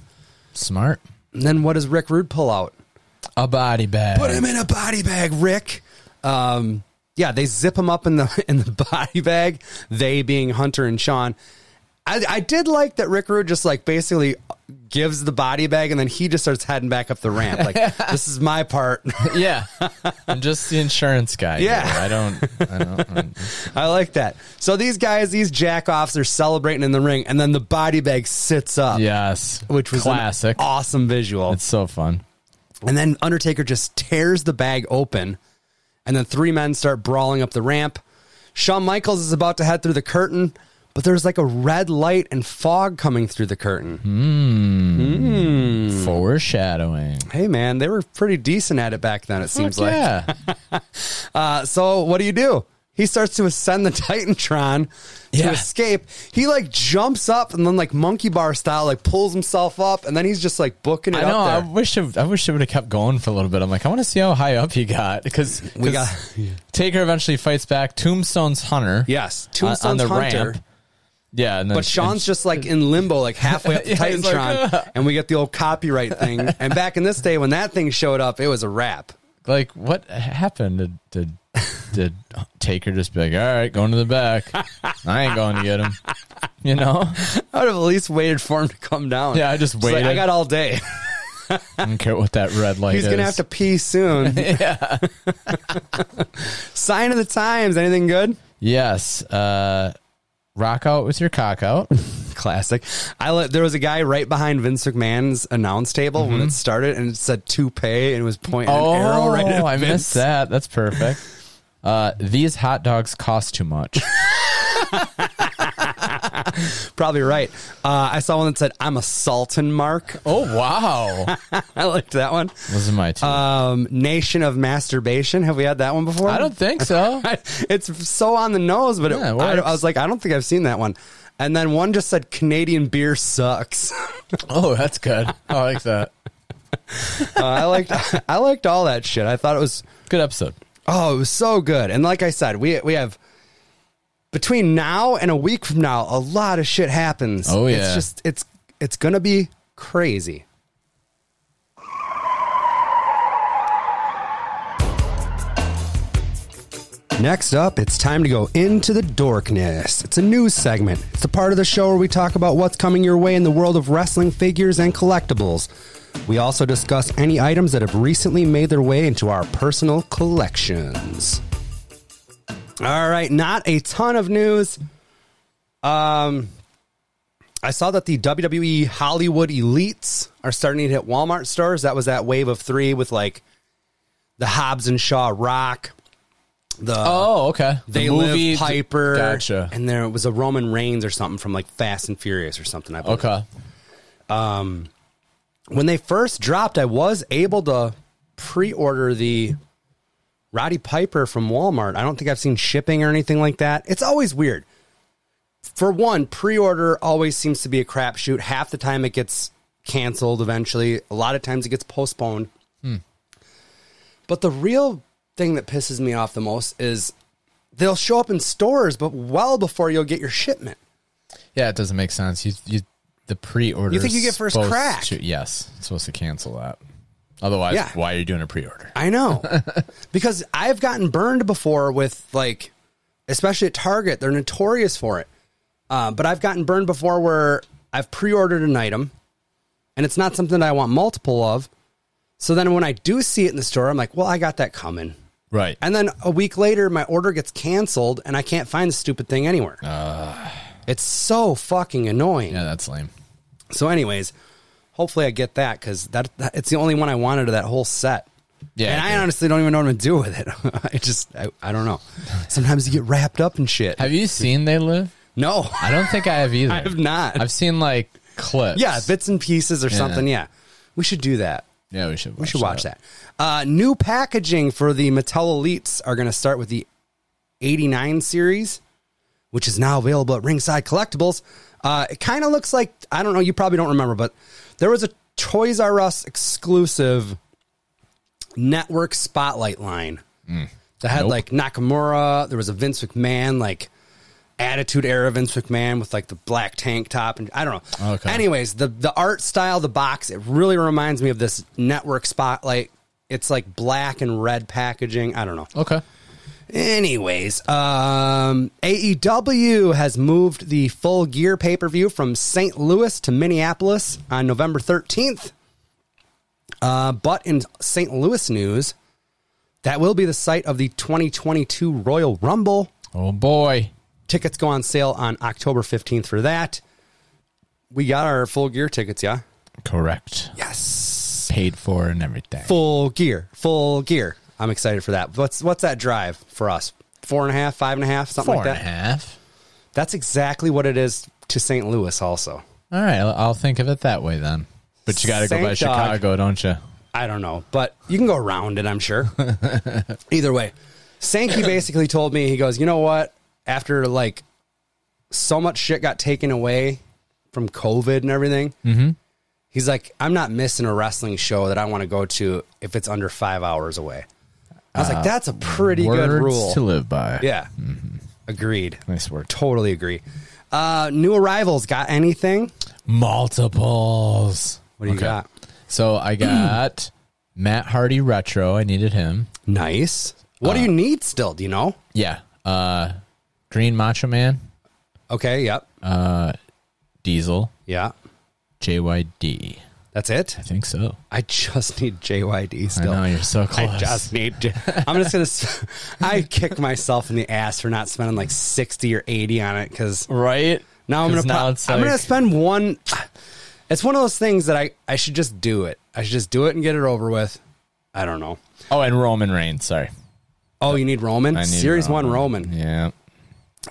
[SPEAKER 2] Smart.
[SPEAKER 1] And then what does Rick Rude pull out?
[SPEAKER 2] A body bag.
[SPEAKER 1] Put him in a body bag, Rick. Um, yeah, they zip him up in the in the body bag. They being Hunter and Sean. I, I did like that Rick Rude just like basically gives the body bag and then he just starts heading back up the ramp. Like this is my part.
[SPEAKER 2] Yeah, I'm just the insurance guy.
[SPEAKER 1] Yeah.
[SPEAKER 2] here. I don't. I don't. I'm-
[SPEAKER 1] I like that. So these guys, these jackoffs, are celebrating in the ring, and then the body bag sits up.
[SPEAKER 2] yes,
[SPEAKER 1] Which was an
[SPEAKER 2] classic.
[SPEAKER 1] awesome visual.
[SPEAKER 2] It's so fun.
[SPEAKER 1] And then Undertaker just tears the bag open, and then three men start brawling up the ramp. Shawn Michaels is about to head through the curtain, but there's like a red light and fog coming through the curtain.
[SPEAKER 2] Hmm.
[SPEAKER 1] Hmm.
[SPEAKER 2] Foreshadowing.
[SPEAKER 1] Hey, man, they were pretty decent at it back then, it seems
[SPEAKER 2] Heck
[SPEAKER 1] like.
[SPEAKER 2] yeah.
[SPEAKER 1] Uh, so, what do you do? He starts to ascend the Titantron to
[SPEAKER 2] Yeah.
[SPEAKER 1] escape. He like jumps up and then like monkey bar style, like pulls himself up, and then he's just like booking it
[SPEAKER 2] I know. I
[SPEAKER 1] up there.
[SPEAKER 2] wish. It, I wish it would have kept going for a little bit. I'm like, I want to see how high up he got because
[SPEAKER 1] We got-
[SPEAKER 2] Taker eventually fights back. Tombstone's Hunter.
[SPEAKER 1] yes,
[SPEAKER 2] on-
[SPEAKER 1] Tombstone's
[SPEAKER 2] on the
[SPEAKER 1] Hunter.
[SPEAKER 2] ramp. Yeah, and then
[SPEAKER 1] But Sean's just like in limbo, like halfway up the
[SPEAKER 2] Yeah, he's like, "Ah."
[SPEAKER 1] Titantron,
[SPEAKER 2] "Ugh."
[SPEAKER 1] and we get the old copyright thing. And back in this day, when that thing showed up, it was a wrap.
[SPEAKER 2] like, what happened? Did did, did Taker just be like, all right, going to the back? I ain't going to get him. You know.
[SPEAKER 1] I would have at least waited for him to come down.
[SPEAKER 2] Yeah, I just
[SPEAKER 1] It's like, I
[SPEAKER 2] waited.
[SPEAKER 1] got all day.
[SPEAKER 2] I don't care what that red light
[SPEAKER 1] He's
[SPEAKER 2] is.
[SPEAKER 1] gonna have to pee soon. Sign of the times. Anything good?
[SPEAKER 2] Yes. Uh, rock out with your cock out.
[SPEAKER 1] Classic. I let, there was a guy right behind Vince McMahon's announce table when
[SPEAKER 2] Mm-hmm.
[SPEAKER 1] it started, and it said toupee, and it was pointing an arrow right at
[SPEAKER 2] Oh, I
[SPEAKER 1] Vince.
[SPEAKER 2] missed that. That's perfect. Uh, these hot dogs cost too much.
[SPEAKER 1] Probably right. Uh, I saw one that said, "I'm a Sultan Mark."
[SPEAKER 2] oh wow,
[SPEAKER 1] I liked that one.
[SPEAKER 2] those are my two.
[SPEAKER 1] um, Nation of Masturbation. Have we had that one before?
[SPEAKER 2] I don't think so.
[SPEAKER 1] it's so on the nose, but it,
[SPEAKER 2] Yeah, it
[SPEAKER 1] I,
[SPEAKER 2] works.
[SPEAKER 1] I was like, I don't think I've seen that one. And then one just said, "Canadian beer sucks."
[SPEAKER 2] oh, that's good. I like that.
[SPEAKER 1] Uh, I liked, I liked all that shit. I thought it was,
[SPEAKER 2] Good episode.
[SPEAKER 1] oh, it was so good. And like I said, we we have between now and a week from now, a lot of shit happens.
[SPEAKER 2] Oh,
[SPEAKER 1] it's
[SPEAKER 2] yeah.
[SPEAKER 1] just it's it's gonna be crazy. Next up, it's time to go into the dorkness. It's a news segment. It's the part of the show where we talk about what's coming your way in the world of wrestling figures and collectibles. We also discuss any items that have recently made their way into our personal collections. All right, not a ton of news. Um, I saw that the WWE Hollywood Elites are starting to hit Walmart stores. That was that wave of three with like the Hobbs and Shaw Rock, the
[SPEAKER 2] Oh, okay. The
[SPEAKER 1] they live Piper.
[SPEAKER 2] Gotcha.
[SPEAKER 1] And there was a Roman Reigns or something from like Fast and Furious or something. I believe.
[SPEAKER 2] Okay.
[SPEAKER 1] When they first dropped, I was able to pre-order the Roddy Piper from Walmart. I don't think I've seen shipping or anything like that. It's always weird. for one, pre-order always seems to be a crapshoot. Half the time it gets canceled eventually. A lot of times it gets postponed. But the real thing that pisses me off the most is they'll show up in stores, but well before you'll get your shipment.
[SPEAKER 2] Yeah, it doesn't make sense. You you the pre-order.
[SPEAKER 1] You think you
[SPEAKER 2] is
[SPEAKER 1] get first
[SPEAKER 2] supposed
[SPEAKER 1] crack.
[SPEAKER 2] to- yes, it's supposed to cancel that. Otherwise,
[SPEAKER 1] Yeah.
[SPEAKER 2] why are you doing a pre-order?
[SPEAKER 1] I know. because I've gotten burned before with like, especially at Target, they're notorious for it. Uh, but I've gotten burned before where I've pre ordered an item and it's not something that I want multiple of. So then when I do see it in the store, I'm like, well, I got that coming.
[SPEAKER 2] Right.
[SPEAKER 1] And then a week later, my order gets canceled and I can't find the stupid thing anywhere. it's so fucking annoying.
[SPEAKER 2] yeah, that's lame.
[SPEAKER 1] So, anyways, hopefully I get that because that, that it's the only one I wanted of that whole set.
[SPEAKER 2] Yeah,
[SPEAKER 1] and I
[SPEAKER 2] dude.
[SPEAKER 1] honestly don't even know what to do with it. I just I, I don't know. Sometimes you get wrapped up in shit.
[SPEAKER 2] Have you seen They Live?
[SPEAKER 1] no,
[SPEAKER 2] I don't think I have either.
[SPEAKER 1] I have not.
[SPEAKER 2] I've seen like clips.
[SPEAKER 1] yeah, bits and pieces or something. Yeah, we should do that.
[SPEAKER 2] yeah, we should. Watch
[SPEAKER 1] We should watch that. Uh, new packaging for the Mattel Elites are going to start with the 89 series, which is now available at Ringside Collectibles. Uh, it kind of looks like, I don't know, you probably don't remember, but there was a Toys R Us exclusive network spotlight line that had
[SPEAKER 2] Mm. Nope.
[SPEAKER 1] like Nakamura. There was a Vince McMahon, like attitude era Vince McMahon with like the black tank top. And I don't know.
[SPEAKER 2] Okay.
[SPEAKER 1] Anyways, the, the art style, the box, it really reminds me of this network spotlight. It's like black and red packaging. I don't know.
[SPEAKER 2] Okay.
[SPEAKER 1] Anyways, um, AEW has moved the full gear pay per view from St. Louis to Minneapolis on November 13th. Uh, but in St. Louis news, that will be the site of the 2022 Royal Rumble.
[SPEAKER 2] Oh boy.
[SPEAKER 1] Tickets go on sale on October 15th for that. We got our full gear tickets, yeah?
[SPEAKER 2] Correct.
[SPEAKER 1] Yes.
[SPEAKER 2] Paid for and everything.
[SPEAKER 1] Full gear, full gear. I'm excited for that. What's what's that drive for us? Four and a half, five and a half, something
[SPEAKER 2] Four
[SPEAKER 1] like that.
[SPEAKER 2] and a half.
[SPEAKER 1] That's exactly what it is to St. Louis, also.
[SPEAKER 2] All right, I'll- I'll think of it that way then. But you got to go
[SPEAKER 1] Saint
[SPEAKER 2] by
[SPEAKER 1] dog.
[SPEAKER 2] Chicago, don't you?
[SPEAKER 1] I don't know, but you can go around it, I'm sure. Either way, Sankey basically told me, he goes, you know what? After like so much shit got taken away from COVID and everything,
[SPEAKER 2] Mm-hmm.
[SPEAKER 1] he's like, I'm not missing a wrestling show that I want to go to if it's under five hours away. I was like, that's a pretty good
[SPEAKER 2] Uh, Words
[SPEAKER 1] rule.
[SPEAKER 2] to Mm-hmm. live by.
[SPEAKER 1] yeah. Agreed.
[SPEAKER 2] Nice work.
[SPEAKER 1] Totally agree. Uh, new arrivals got anything?
[SPEAKER 2] Multiples.
[SPEAKER 1] What do you
[SPEAKER 2] Okay.
[SPEAKER 1] got?
[SPEAKER 2] So I got Matt Hardy retro. I needed him.
[SPEAKER 1] Nice. What
[SPEAKER 2] Uh,
[SPEAKER 1] do you need still? Do you know?
[SPEAKER 2] Yeah. Uh, Green Macho Man,
[SPEAKER 1] Okay. Yep.
[SPEAKER 2] Diesel,
[SPEAKER 1] yeah.
[SPEAKER 2] JYD.
[SPEAKER 1] That's it.
[SPEAKER 2] I think so.
[SPEAKER 1] I just need JYD
[SPEAKER 2] I
[SPEAKER 1] still.
[SPEAKER 2] know
[SPEAKER 1] I,
[SPEAKER 2] you're so close.
[SPEAKER 1] just need. J- I'm just gonna. s- I kick myself in the ass for not spending like sixty or eighty on it because
[SPEAKER 2] right
[SPEAKER 1] now I'm
[SPEAKER 2] 'Cause
[SPEAKER 1] gonna. pro-
[SPEAKER 2] now it's
[SPEAKER 1] I'm gonna
[SPEAKER 2] like-
[SPEAKER 1] spend one. It's one of those things that I I should just do it. I should just do it and get it over with. I don't know.
[SPEAKER 2] Oh, and Roman Reigns. Sorry.
[SPEAKER 1] Oh, you need Roman
[SPEAKER 2] I need
[SPEAKER 1] series one Roman.
[SPEAKER 2] Yeah.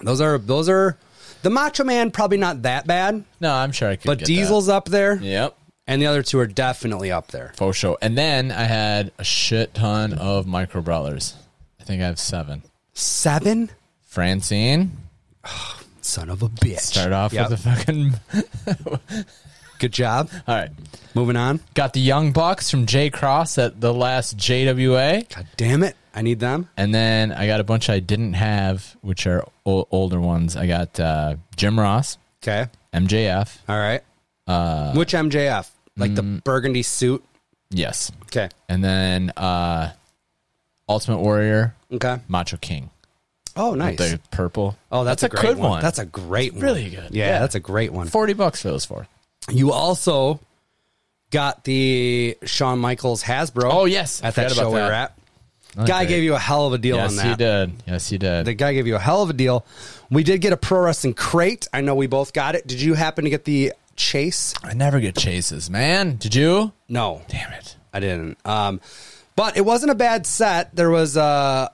[SPEAKER 1] Those are those are the Macho Man probably not that bad,
[SPEAKER 2] No, I'm sure I could.
[SPEAKER 1] but
[SPEAKER 2] get
[SPEAKER 1] Diesel's up there.
[SPEAKER 2] That. Yep.
[SPEAKER 1] and the other two are definitely up there.
[SPEAKER 2] For sure. And then I had a shit ton of micro brawlers. I think I have seven.
[SPEAKER 1] Seven,
[SPEAKER 2] Francine.
[SPEAKER 1] son of a bitch.
[SPEAKER 2] Start off
[SPEAKER 1] Yep.
[SPEAKER 2] with a fucking.
[SPEAKER 1] good job.
[SPEAKER 2] All right.
[SPEAKER 1] Moving on.
[SPEAKER 2] Got the Young Bucks from J Cross at the last JWA.
[SPEAKER 1] God damn it, I need them.
[SPEAKER 2] And then I got a bunch I didn't have, which are o- older ones. I got uh, Jim Ross,
[SPEAKER 1] Okay,
[SPEAKER 2] MJF.
[SPEAKER 1] all right. Uh, Which MJF? Like the
[SPEAKER 2] mm.
[SPEAKER 1] burgundy suit.
[SPEAKER 2] Yes.
[SPEAKER 1] Okay,
[SPEAKER 2] And then uh, Ultimate Warrior,
[SPEAKER 1] okay.
[SPEAKER 2] Macho King.
[SPEAKER 1] Oh, nice.
[SPEAKER 2] The purple.
[SPEAKER 1] Oh, that's, a, great
[SPEAKER 2] good
[SPEAKER 1] one. That's a great one.
[SPEAKER 2] Really good.
[SPEAKER 1] Yeah,
[SPEAKER 2] Yeah.
[SPEAKER 1] that's a great one.
[SPEAKER 2] 40 bucks for those four.
[SPEAKER 1] You also got the Shawn Michaels Hasbro.
[SPEAKER 2] Oh, yes. I
[SPEAKER 1] at that
[SPEAKER 2] forgot about
[SPEAKER 1] show we
[SPEAKER 2] that.
[SPEAKER 1] were at. Guy
[SPEAKER 2] great.
[SPEAKER 1] gave you a hell of a deal on
[SPEAKER 2] Yes,
[SPEAKER 1] that.
[SPEAKER 2] he did. Yes, he did.
[SPEAKER 1] The guy gave you a hell of a deal. We did get a pro wrestling crate. I know we both got it. Did you happen to get the chase?
[SPEAKER 2] I never get chases, man. Did you?
[SPEAKER 1] No,
[SPEAKER 2] Damn it.
[SPEAKER 1] I didn't. Um, but it wasn't a bad set. There was a,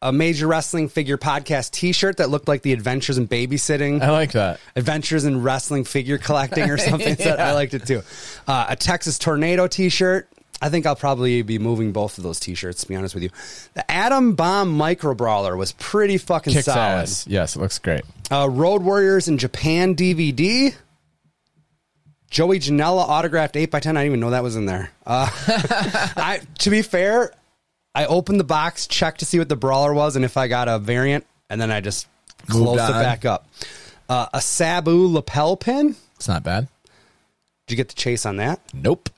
[SPEAKER 1] a major wrestling figure podcast T-shirt that looked like the Adventures in Babysitting.
[SPEAKER 2] I like that.
[SPEAKER 1] Adventures in Wrestling Figure Collecting or something. So I liked it too. Uh, a Texas Tornado T-shirt. I think I'll probably be moving both of those T-shirts. To be honest with you, the Atom Bomb Micro Brawler was pretty fucking
[SPEAKER 2] Kicks
[SPEAKER 1] solid.
[SPEAKER 2] ass. Yes, it looks great.
[SPEAKER 1] Uh, Road Warriors in Japan DVD. Joey Janela autographed 8 by 10 I didn't even know that was in there. Uh, I, to be fair, I opened the box, checked to see what the brawler was and if I got a variant, and then I just closed it
[SPEAKER 2] on.
[SPEAKER 1] back up. Uh, a Sabu lapel pin. Did
[SPEAKER 2] It's not bad.
[SPEAKER 1] you get the chase on that?
[SPEAKER 2] Nope.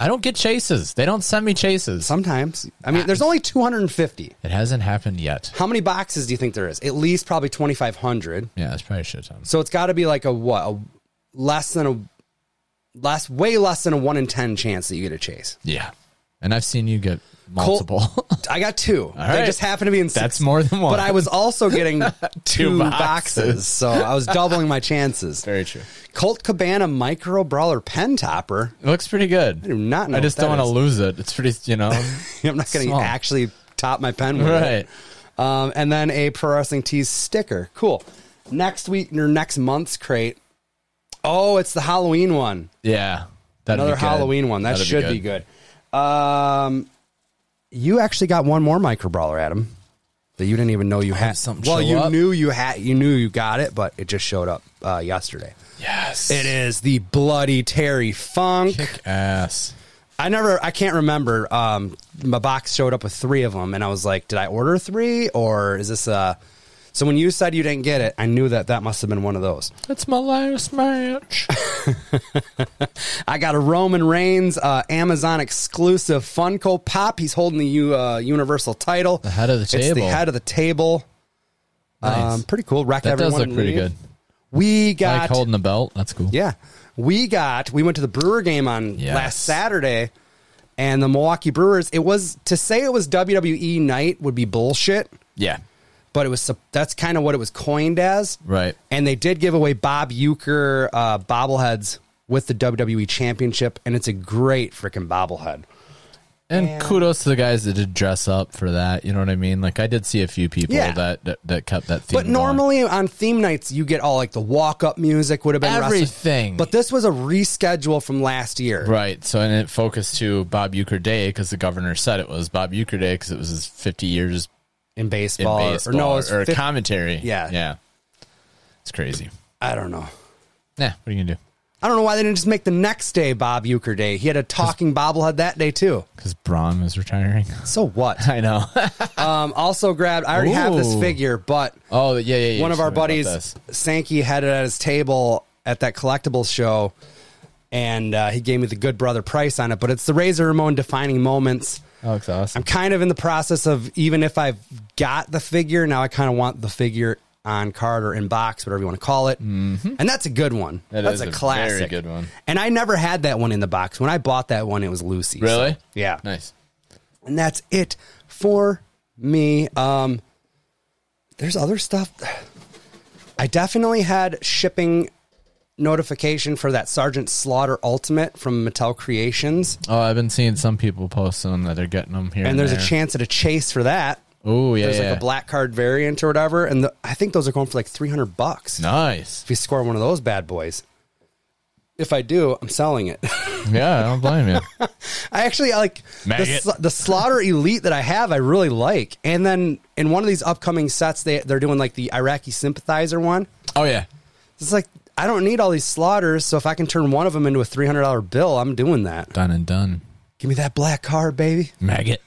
[SPEAKER 2] I don't get chases. They don't send me chases.
[SPEAKER 1] Sometimes. I mean, there's only 250.
[SPEAKER 2] It hasn't happened yet.
[SPEAKER 1] How many boxes do you think there is? At least probably 2,500.
[SPEAKER 2] Yeah, it's probably a shit ton.
[SPEAKER 1] So it's got to be like a what? A less than a less, way less than a one in ten chance that you get a chase.
[SPEAKER 2] Yeah. And I've seen you get multiple.
[SPEAKER 1] I got two. They
[SPEAKER 2] right.
[SPEAKER 1] just happened to be in. Six.
[SPEAKER 2] That's more than one.
[SPEAKER 1] But I was also getting two, boxes.
[SPEAKER 2] boxes.
[SPEAKER 1] so I was doubling my chances.
[SPEAKER 2] Very true.
[SPEAKER 1] Colt Cabana Micro Brawler Pen Topper.
[SPEAKER 2] It looks pretty good. I
[SPEAKER 1] do not know
[SPEAKER 2] I just
[SPEAKER 1] what
[SPEAKER 2] don't
[SPEAKER 1] that
[SPEAKER 2] want to lose it. It's pretty, you know.
[SPEAKER 1] I'm not going to
[SPEAKER 2] Small.
[SPEAKER 1] actually top my pen with it.
[SPEAKER 2] right.
[SPEAKER 1] Um, and then a pro wrestling tees sticker. Cool. Next week or next month's crate. Oh, it's the Halloween one.
[SPEAKER 2] Yeah. That'd be
[SPEAKER 1] Another
[SPEAKER 2] good.
[SPEAKER 1] Halloween one. That
[SPEAKER 2] That'd
[SPEAKER 1] should be good. Um, you actually got one more micro brawler, Adam, that you didn't even know you had.
[SPEAKER 2] something
[SPEAKER 1] well,
[SPEAKER 2] show
[SPEAKER 1] you
[SPEAKER 2] up?
[SPEAKER 1] knew you had. You knew you got it, but it just showed up uh, yesterday.
[SPEAKER 2] Yes.
[SPEAKER 1] It is the bloody Terry Funk.
[SPEAKER 2] Kick ass.
[SPEAKER 1] I never, I can't remember. Um, my box showed up with three of them, and I was like, did I order three or is this a? So when you said you didn't get it, I knew that that must have been one of those.
[SPEAKER 2] It's my last match.
[SPEAKER 1] I got a Roman Reigns uh, Amazon exclusive Funko Pop. He's holding the U, uh, Universal title. The
[SPEAKER 2] head of the
[SPEAKER 1] It's the
[SPEAKER 2] table.
[SPEAKER 1] head of the table.
[SPEAKER 2] Nice.
[SPEAKER 1] Um, pretty cool. Wreck
[SPEAKER 2] that does
[SPEAKER 1] everyone.
[SPEAKER 2] look
[SPEAKER 1] and
[SPEAKER 2] pretty
[SPEAKER 1] leave.
[SPEAKER 2] good.
[SPEAKER 1] We got
[SPEAKER 2] Like holding the belt. That's cool.
[SPEAKER 1] Yeah. We got, we went to the Brewer game on
[SPEAKER 2] Yes.
[SPEAKER 1] last Saturday, and the Milwaukee Brewers, it was, to say it was WWE night would be bullshit,
[SPEAKER 2] Yeah.
[SPEAKER 1] but it was, sup- that's kind of what it was coined as.
[SPEAKER 2] Right.
[SPEAKER 1] And they did give away Bob Euchre uh, bobbleheads with the WWE Championship, and it's a great freaking bobblehead.
[SPEAKER 2] And kudos to the guys that did dress up for that. You know what I mean? Like I did see a few people
[SPEAKER 1] Yeah.
[SPEAKER 2] that, that that kept that theme.
[SPEAKER 1] But
[SPEAKER 2] going.
[SPEAKER 1] normally on theme nights, you get all like the walk up music would have been wrestling.
[SPEAKER 2] Everything.
[SPEAKER 1] But this was a reschedule from last year.
[SPEAKER 2] Right. So, and it focused to Bob Euchre Day because the governor said it was Bob Euchre Day because it was his 50 years
[SPEAKER 1] In
[SPEAKER 2] in
[SPEAKER 1] baseball, or-
[SPEAKER 2] baseball
[SPEAKER 1] or no,
[SPEAKER 2] or,
[SPEAKER 1] it's fif-
[SPEAKER 2] commentary.
[SPEAKER 1] Yeah.
[SPEAKER 2] Yeah. It's crazy.
[SPEAKER 1] I don't know.
[SPEAKER 2] Yeah. What are you going to do?
[SPEAKER 1] I don't know why they didn't just make the next day Bob Euchre Day. He had a talking bobblehead that day too.
[SPEAKER 2] Because Braun is retiring.
[SPEAKER 1] So what?
[SPEAKER 2] I know.
[SPEAKER 1] Um, also grabbed. I already have this
[SPEAKER 2] Ooh.
[SPEAKER 1] figure, but
[SPEAKER 2] oh, yeah, yeah, yeah.
[SPEAKER 1] one of
[SPEAKER 2] Sorry
[SPEAKER 1] our
[SPEAKER 2] about
[SPEAKER 1] buddies
[SPEAKER 2] this.
[SPEAKER 1] Sankey had it at his table at that collectibles show, and uh, he gave me the good brother price on it. But it's the Razor Ramon defining moments.
[SPEAKER 2] That looks awesome.
[SPEAKER 1] I'm kind of in the process of even if I've got the figure now, I kind of want the figure on card or in box, whatever you want to call it. Mm-hmm. And that's a good one.
[SPEAKER 2] That
[SPEAKER 1] that's
[SPEAKER 2] is
[SPEAKER 1] a
[SPEAKER 2] a very
[SPEAKER 1] classic,
[SPEAKER 2] good one.
[SPEAKER 1] And I never had that one in the box. When I bought that one, it was Lucy. so-
[SPEAKER 2] Really?
[SPEAKER 1] yeah.
[SPEAKER 2] Nice.
[SPEAKER 1] And that's it for me. Um, there's other stuff. I definitely had shipping notification for that Sergeant Slaughter Ultimate from Mattel Creations,
[SPEAKER 2] Oh, I've been seeing some people posting them that they're getting them here.
[SPEAKER 1] and there's a
[SPEAKER 2] there.
[SPEAKER 1] chance at a chase for that.
[SPEAKER 2] Oh, yeah.
[SPEAKER 1] there's
[SPEAKER 2] yeah.
[SPEAKER 1] like a black card variant or whatever, and the, I think those are going for like three hundred bucks.
[SPEAKER 2] Nice.
[SPEAKER 1] If you score one of those bad boys, if I do, I'm selling it.
[SPEAKER 2] Yeah, I don't blame you.
[SPEAKER 1] I actually I like the,
[SPEAKER 2] Maggot.
[SPEAKER 1] sla- the slaughter elite that I have. I really like, and then in one of these upcoming sets, they they're doing like the Iraqi sympathizer one.
[SPEAKER 2] Oh, yeah.
[SPEAKER 1] It's like I don't need all these slaughters, so if I can turn one of them into a three hundred dollar bill, I'm doing that.
[SPEAKER 2] Done and done.
[SPEAKER 1] Give me that black card, baby.
[SPEAKER 2] Maggot.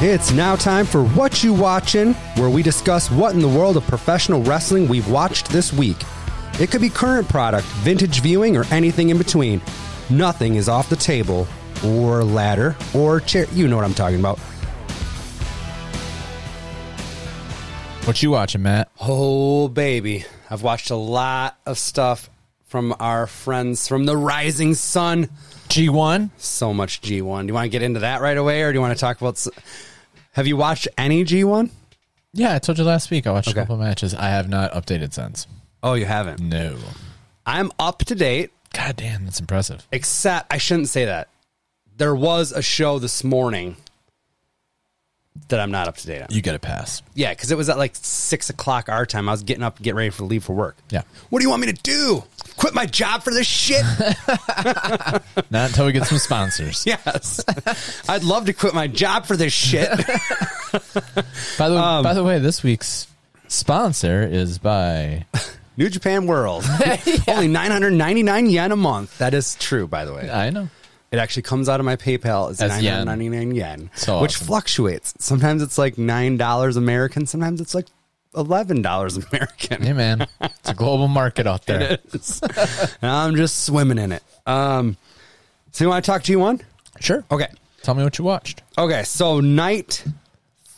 [SPEAKER 1] It's now time for What You Watching, where we discuss what in the world of professional wrestling we've watched this week. It could be current product, vintage viewing, or anything in between. Nothing is off the table, or ladder, or chair. You know what I'm talking about.
[SPEAKER 2] What you watching, Matt?
[SPEAKER 1] Oh, baby. I've watched a lot of stuff from our friends from the Rising Sun.
[SPEAKER 2] G1?
[SPEAKER 1] So much G1. Do you want to get into that right away, or do you want to talk about. s- Have you watched any G1?
[SPEAKER 2] Yeah, I told you last week I watched
[SPEAKER 1] Okay.
[SPEAKER 2] a couple matches. I have not updated since.
[SPEAKER 1] Oh, you haven't.
[SPEAKER 2] No.
[SPEAKER 1] I'm up to date.
[SPEAKER 2] God damn, that's impressive.
[SPEAKER 1] except I shouldn't say that. There was a show this morning that I'm not up to date on.
[SPEAKER 2] You get a pass.
[SPEAKER 1] Yeah, because it was at like six o'clock our time. I was getting up, get ready for leave for work.
[SPEAKER 2] Yeah.
[SPEAKER 1] What do you want me to do? Quit my job for this shit?
[SPEAKER 2] Not until we get some sponsors.
[SPEAKER 1] yes. I'd love to quit my job for this shit.
[SPEAKER 2] By the
[SPEAKER 1] Um,
[SPEAKER 2] by the way, this week's sponsor is by
[SPEAKER 1] New Japan World. Only 999 yen a month. That is true, by the way.
[SPEAKER 2] I know.
[SPEAKER 1] It actually comes out of my PayPal as,
[SPEAKER 2] As yen.
[SPEAKER 1] 999 yen,
[SPEAKER 2] So
[SPEAKER 1] which
[SPEAKER 2] awesome.
[SPEAKER 1] fluctuates. Sometimes it's like $9 American, sometimes it's like $11 American.
[SPEAKER 2] Hey man, it's a global market out there.
[SPEAKER 1] And I'm just swimming in it. Um, so you want to talk to you one?
[SPEAKER 2] Sure.
[SPEAKER 1] Okay.
[SPEAKER 2] Tell me what you watched.
[SPEAKER 1] Okay, so night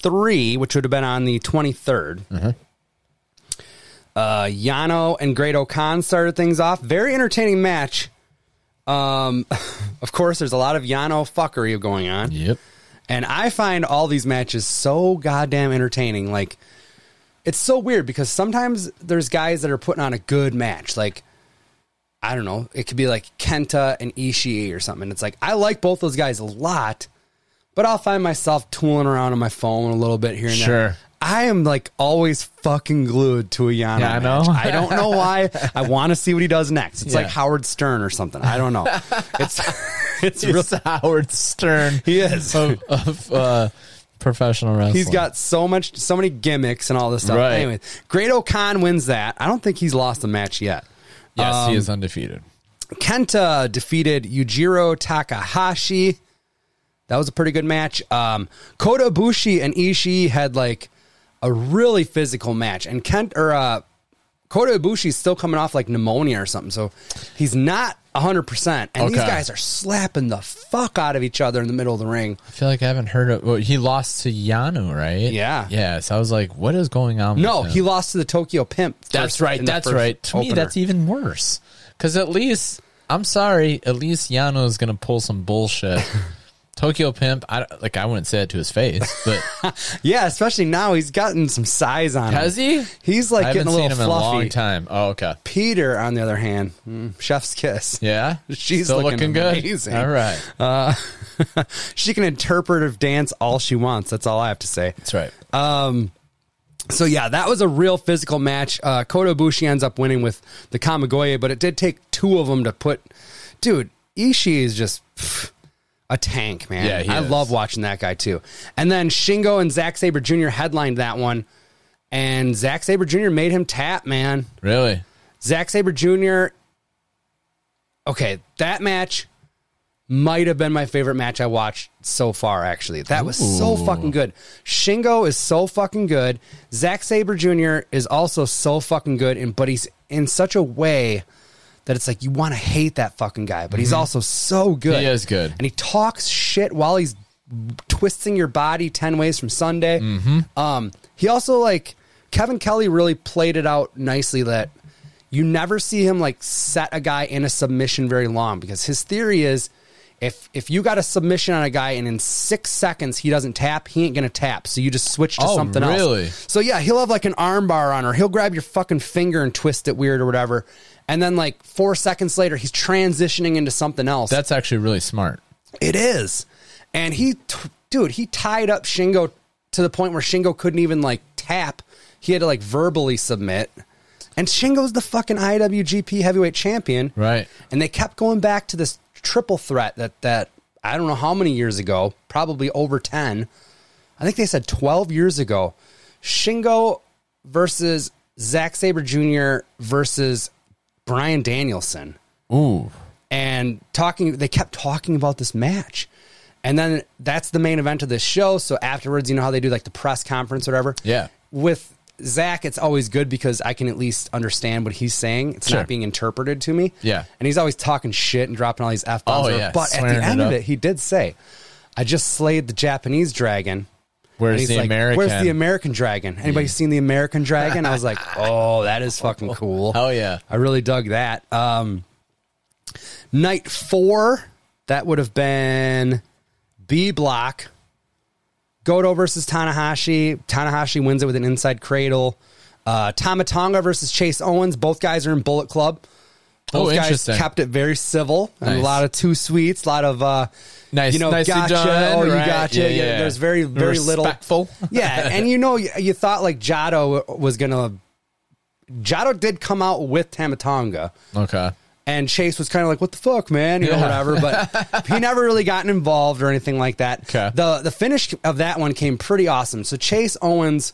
[SPEAKER 1] three, which would have been on the 23rd, uh, Yano and Great Okan started things off. Very entertaining match. Um, of course, there's a lot of Yano fuckery going on.
[SPEAKER 2] Yep.
[SPEAKER 1] And I find all these matches so goddamn entertaining. Like, it's so weird because sometimes there's guys that are putting on a good match. Like, I don't know, it could be like Kenta and Ishii or something. And it's like, I like both those guys a lot, but I'll find myself tooling around on my phone a little bit here and
[SPEAKER 2] Sure.
[SPEAKER 1] there. I am like always fucking glued to a Yano.
[SPEAKER 2] Yeah, I know.
[SPEAKER 1] match. I don't know why. I want to see what he does next. It's
[SPEAKER 2] Yeah.
[SPEAKER 1] like Howard Stern or something. I don't know. It's it's real.
[SPEAKER 2] It's Howard Stern.
[SPEAKER 1] He is.
[SPEAKER 2] of, of uh, professional wrestling.
[SPEAKER 1] He's got so much, so many gimmicks and all this stuff.
[SPEAKER 2] Right.
[SPEAKER 1] Anyway, Great O'Con wins that. I don't think he's lost a match yet.
[SPEAKER 2] yes, he
[SPEAKER 1] um,
[SPEAKER 2] is undefeated.
[SPEAKER 1] Kenta defeated Yujiro Takahashi. That was a pretty good match. Um, Kota Ibushi and Ishii had like a really physical match, and Kent or uh, Kota Ibushi's still coming off like pneumonia or something, so he's not hundred percent. And these
[SPEAKER 2] Okay.
[SPEAKER 1] guys are slapping the fuck out of each other in the middle of the ring.
[SPEAKER 2] I feel like I haven't heard of. Well, he lost to Yanu, right?
[SPEAKER 1] Yeah.
[SPEAKER 2] Yeah. So I was like, what is going on?
[SPEAKER 1] No,
[SPEAKER 2] with him?
[SPEAKER 1] he lost to the Tokyo Pimp.
[SPEAKER 2] That's
[SPEAKER 1] first-
[SPEAKER 2] right.
[SPEAKER 1] in the
[SPEAKER 2] That's
[SPEAKER 1] first
[SPEAKER 2] right. To me,
[SPEAKER 1] opener.
[SPEAKER 2] that's even worse. Because at least, I'm sorry, at least Yano is going to pull some bullshit. Tokyo Pimp, I, like, I wouldn't say it to his face, but
[SPEAKER 1] Yeah, especially now he's gotten some size on
[SPEAKER 2] has
[SPEAKER 1] him.
[SPEAKER 2] he?
[SPEAKER 1] He's like
[SPEAKER 2] I haven't
[SPEAKER 1] getting a
[SPEAKER 2] seen
[SPEAKER 1] little
[SPEAKER 2] him
[SPEAKER 1] fluffy.
[SPEAKER 2] in a long time. Oh, okay.
[SPEAKER 1] Peter, on the other hand, mm, chef's kiss.
[SPEAKER 2] Yeah.
[SPEAKER 1] She's
[SPEAKER 2] Still
[SPEAKER 1] looking
[SPEAKER 2] looking, good.
[SPEAKER 1] amazing.
[SPEAKER 2] All right.
[SPEAKER 1] Uh, she can interpretive dance all she wants. That's all I have to say.
[SPEAKER 2] That's right.
[SPEAKER 1] So yeah, that was a real physical match. Uh, Kota Ibushi ends up winning with the Kamigoye, but it did take two of them to put. Dude, Ishii is just pff, a tank, man.
[SPEAKER 2] Yeah, he
[SPEAKER 1] I
[SPEAKER 2] is.
[SPEAKER 1] love watching that guy too. And then Shingo and Zack Saber Jr. headlined that one, and Zack Saber Jr. made him tap, man.
[SPEAKER 2] really?
[SPEAKER 1] Zack Saber Jr. Okay, that match might have been my favorite match I watched so far. Actually, that was so fucking good. Shingo is so fucking good. Zack Saber Jr. is also so fucking good, and but he's in such a way that it's like you want to hate that fucking guy, but he's also so good.
[SPEAKER 2] Mm-hmm. He is good.
[SPEAKER 1] and he talks shit while he's twisting your body 10 ways from Sunday.
[SPEAKER 2] Mm-hmm.
[SPEAKER 1] Um, he also like Kevin Kelly really played it out nicely that you never see him like set a guy in a submission very long because his theory is if if you got a submission on a guy and in six seconds he doesn't tap, he ain't gonna tap. So you just switch to
[SPEAKER 2] Oh,
[SPEAKER 1] something
[SPEAKER 2] really?
[SPEAKER 1] else. So yeah, he'll have like an arm bar on or he'll grab your fucking finger and twist it weird or whatever. And then like four seconds later, he's transitioning into something else.
[SPEAKER 2] That's actually really smart.
[SPEAKER 1] It is. And he, t- dude, he tied up Shingo to the point where Shingo couldn't even like tap. He had to like verbally submit. And Shingo's the fucking IWGP heavyweight champion.
[SPEAKER 2] Right.
[SPEAKER 1] And they kept going back to this triple threat that, that I don't know how many years ago, probably over 10. I think they said 12 years ago. Shingo versus Zack Sabre Jr. versus Brian Danielson
[SPEAKER 2] Ooh.
[SPEAKER 1] and talking they kept talking about this match and then that's the main event of this show so afterwards you know how they do like the press conference or whatever
[SPEAKER 2] Yeah.
[SPEAKER 1] with zach it's always good because i can at least understand what he's saying it's
[SPEAKER 2] Sure.
[SPEAKER 1] not being interpreted to me
[SPEAKER 2] Yeah.
[SPEAKER 1] and he's always talking shit and dropping all these f-bombs
[SPEAKER 2] Oh,
[SPEAKER 1] or-
[SPEAKER 2] yeah,
[SPEAKER 1] but at
[SPEAKER 2] swearing
[SPEAKER 1] the
[SPEAKER 2] it
[SPEAKER 1] end of
[SPEAKER 2] up.
[SPEAKER 1] it he did say i just slayed the japanese dragon and
[SPEAKER 2] Where's
[SPEAKER 1] he's
[SPEAKER 2] the
[SPEAKER 1] like,
[SPEAKER 2] American?
[SPEAKER 1] Where's the American dragon? Anybody seen the American dragon? I was like, oh, that is fucking cool.
[SPEAKER 2] Oh, yeah.
[SPEAKER 1] I really dug that. Um, night four, that would have been B block. Goto versus Tanahashi. Tanahashi wins it with an inside cradle. Uh, Tama Tonga versus Chase Owens. Both guys are in Bullet Club.
[SPEAKER 2] Oh,
[SPEAKER 1] Those guys
[SPEAKER 2] interesting.
[SPEAKER 1] kept it very civil. and
[SPEAKER 2] Nice.
[SPEAKER 1] A lot of two sweets, a lot of uh,
[SPEAKER 2] Nice-
[SPEAKER 1] you know,
[SPEAKER 2] nicely
[SPEAKER 1] gotcha.
[SPEAKER 2] done,
[SPEAKER 1] oh, you
[SPEAKER 2] right?
[SPEAKER 1] gotcha.
[SPEAKER 2] Yeah,
[SPEAKER 1] Yeah,
[SPEAKER 2] yeah.
[SPEAKER 1] There's very, very
[SPEAKER 2] Respectful.
[SPEAKER 1] little. yeah, and you know, you, you thought like Jado was gonna. Jado did come out with Tamatanga,
[SPEAKER 2] Okay.
[SPEAKER 1] and Chase was kind of like, "What the fuck, man?" You know,
[SPEAKER 2] Yeah.
[SPEAKER 1] whatever. But he never really gotten involved or anything like that.
[SPEAKER 2] 'Kay.
[SPEAKER 1] The the finish of that one came pretty awesome. So Chase Owens,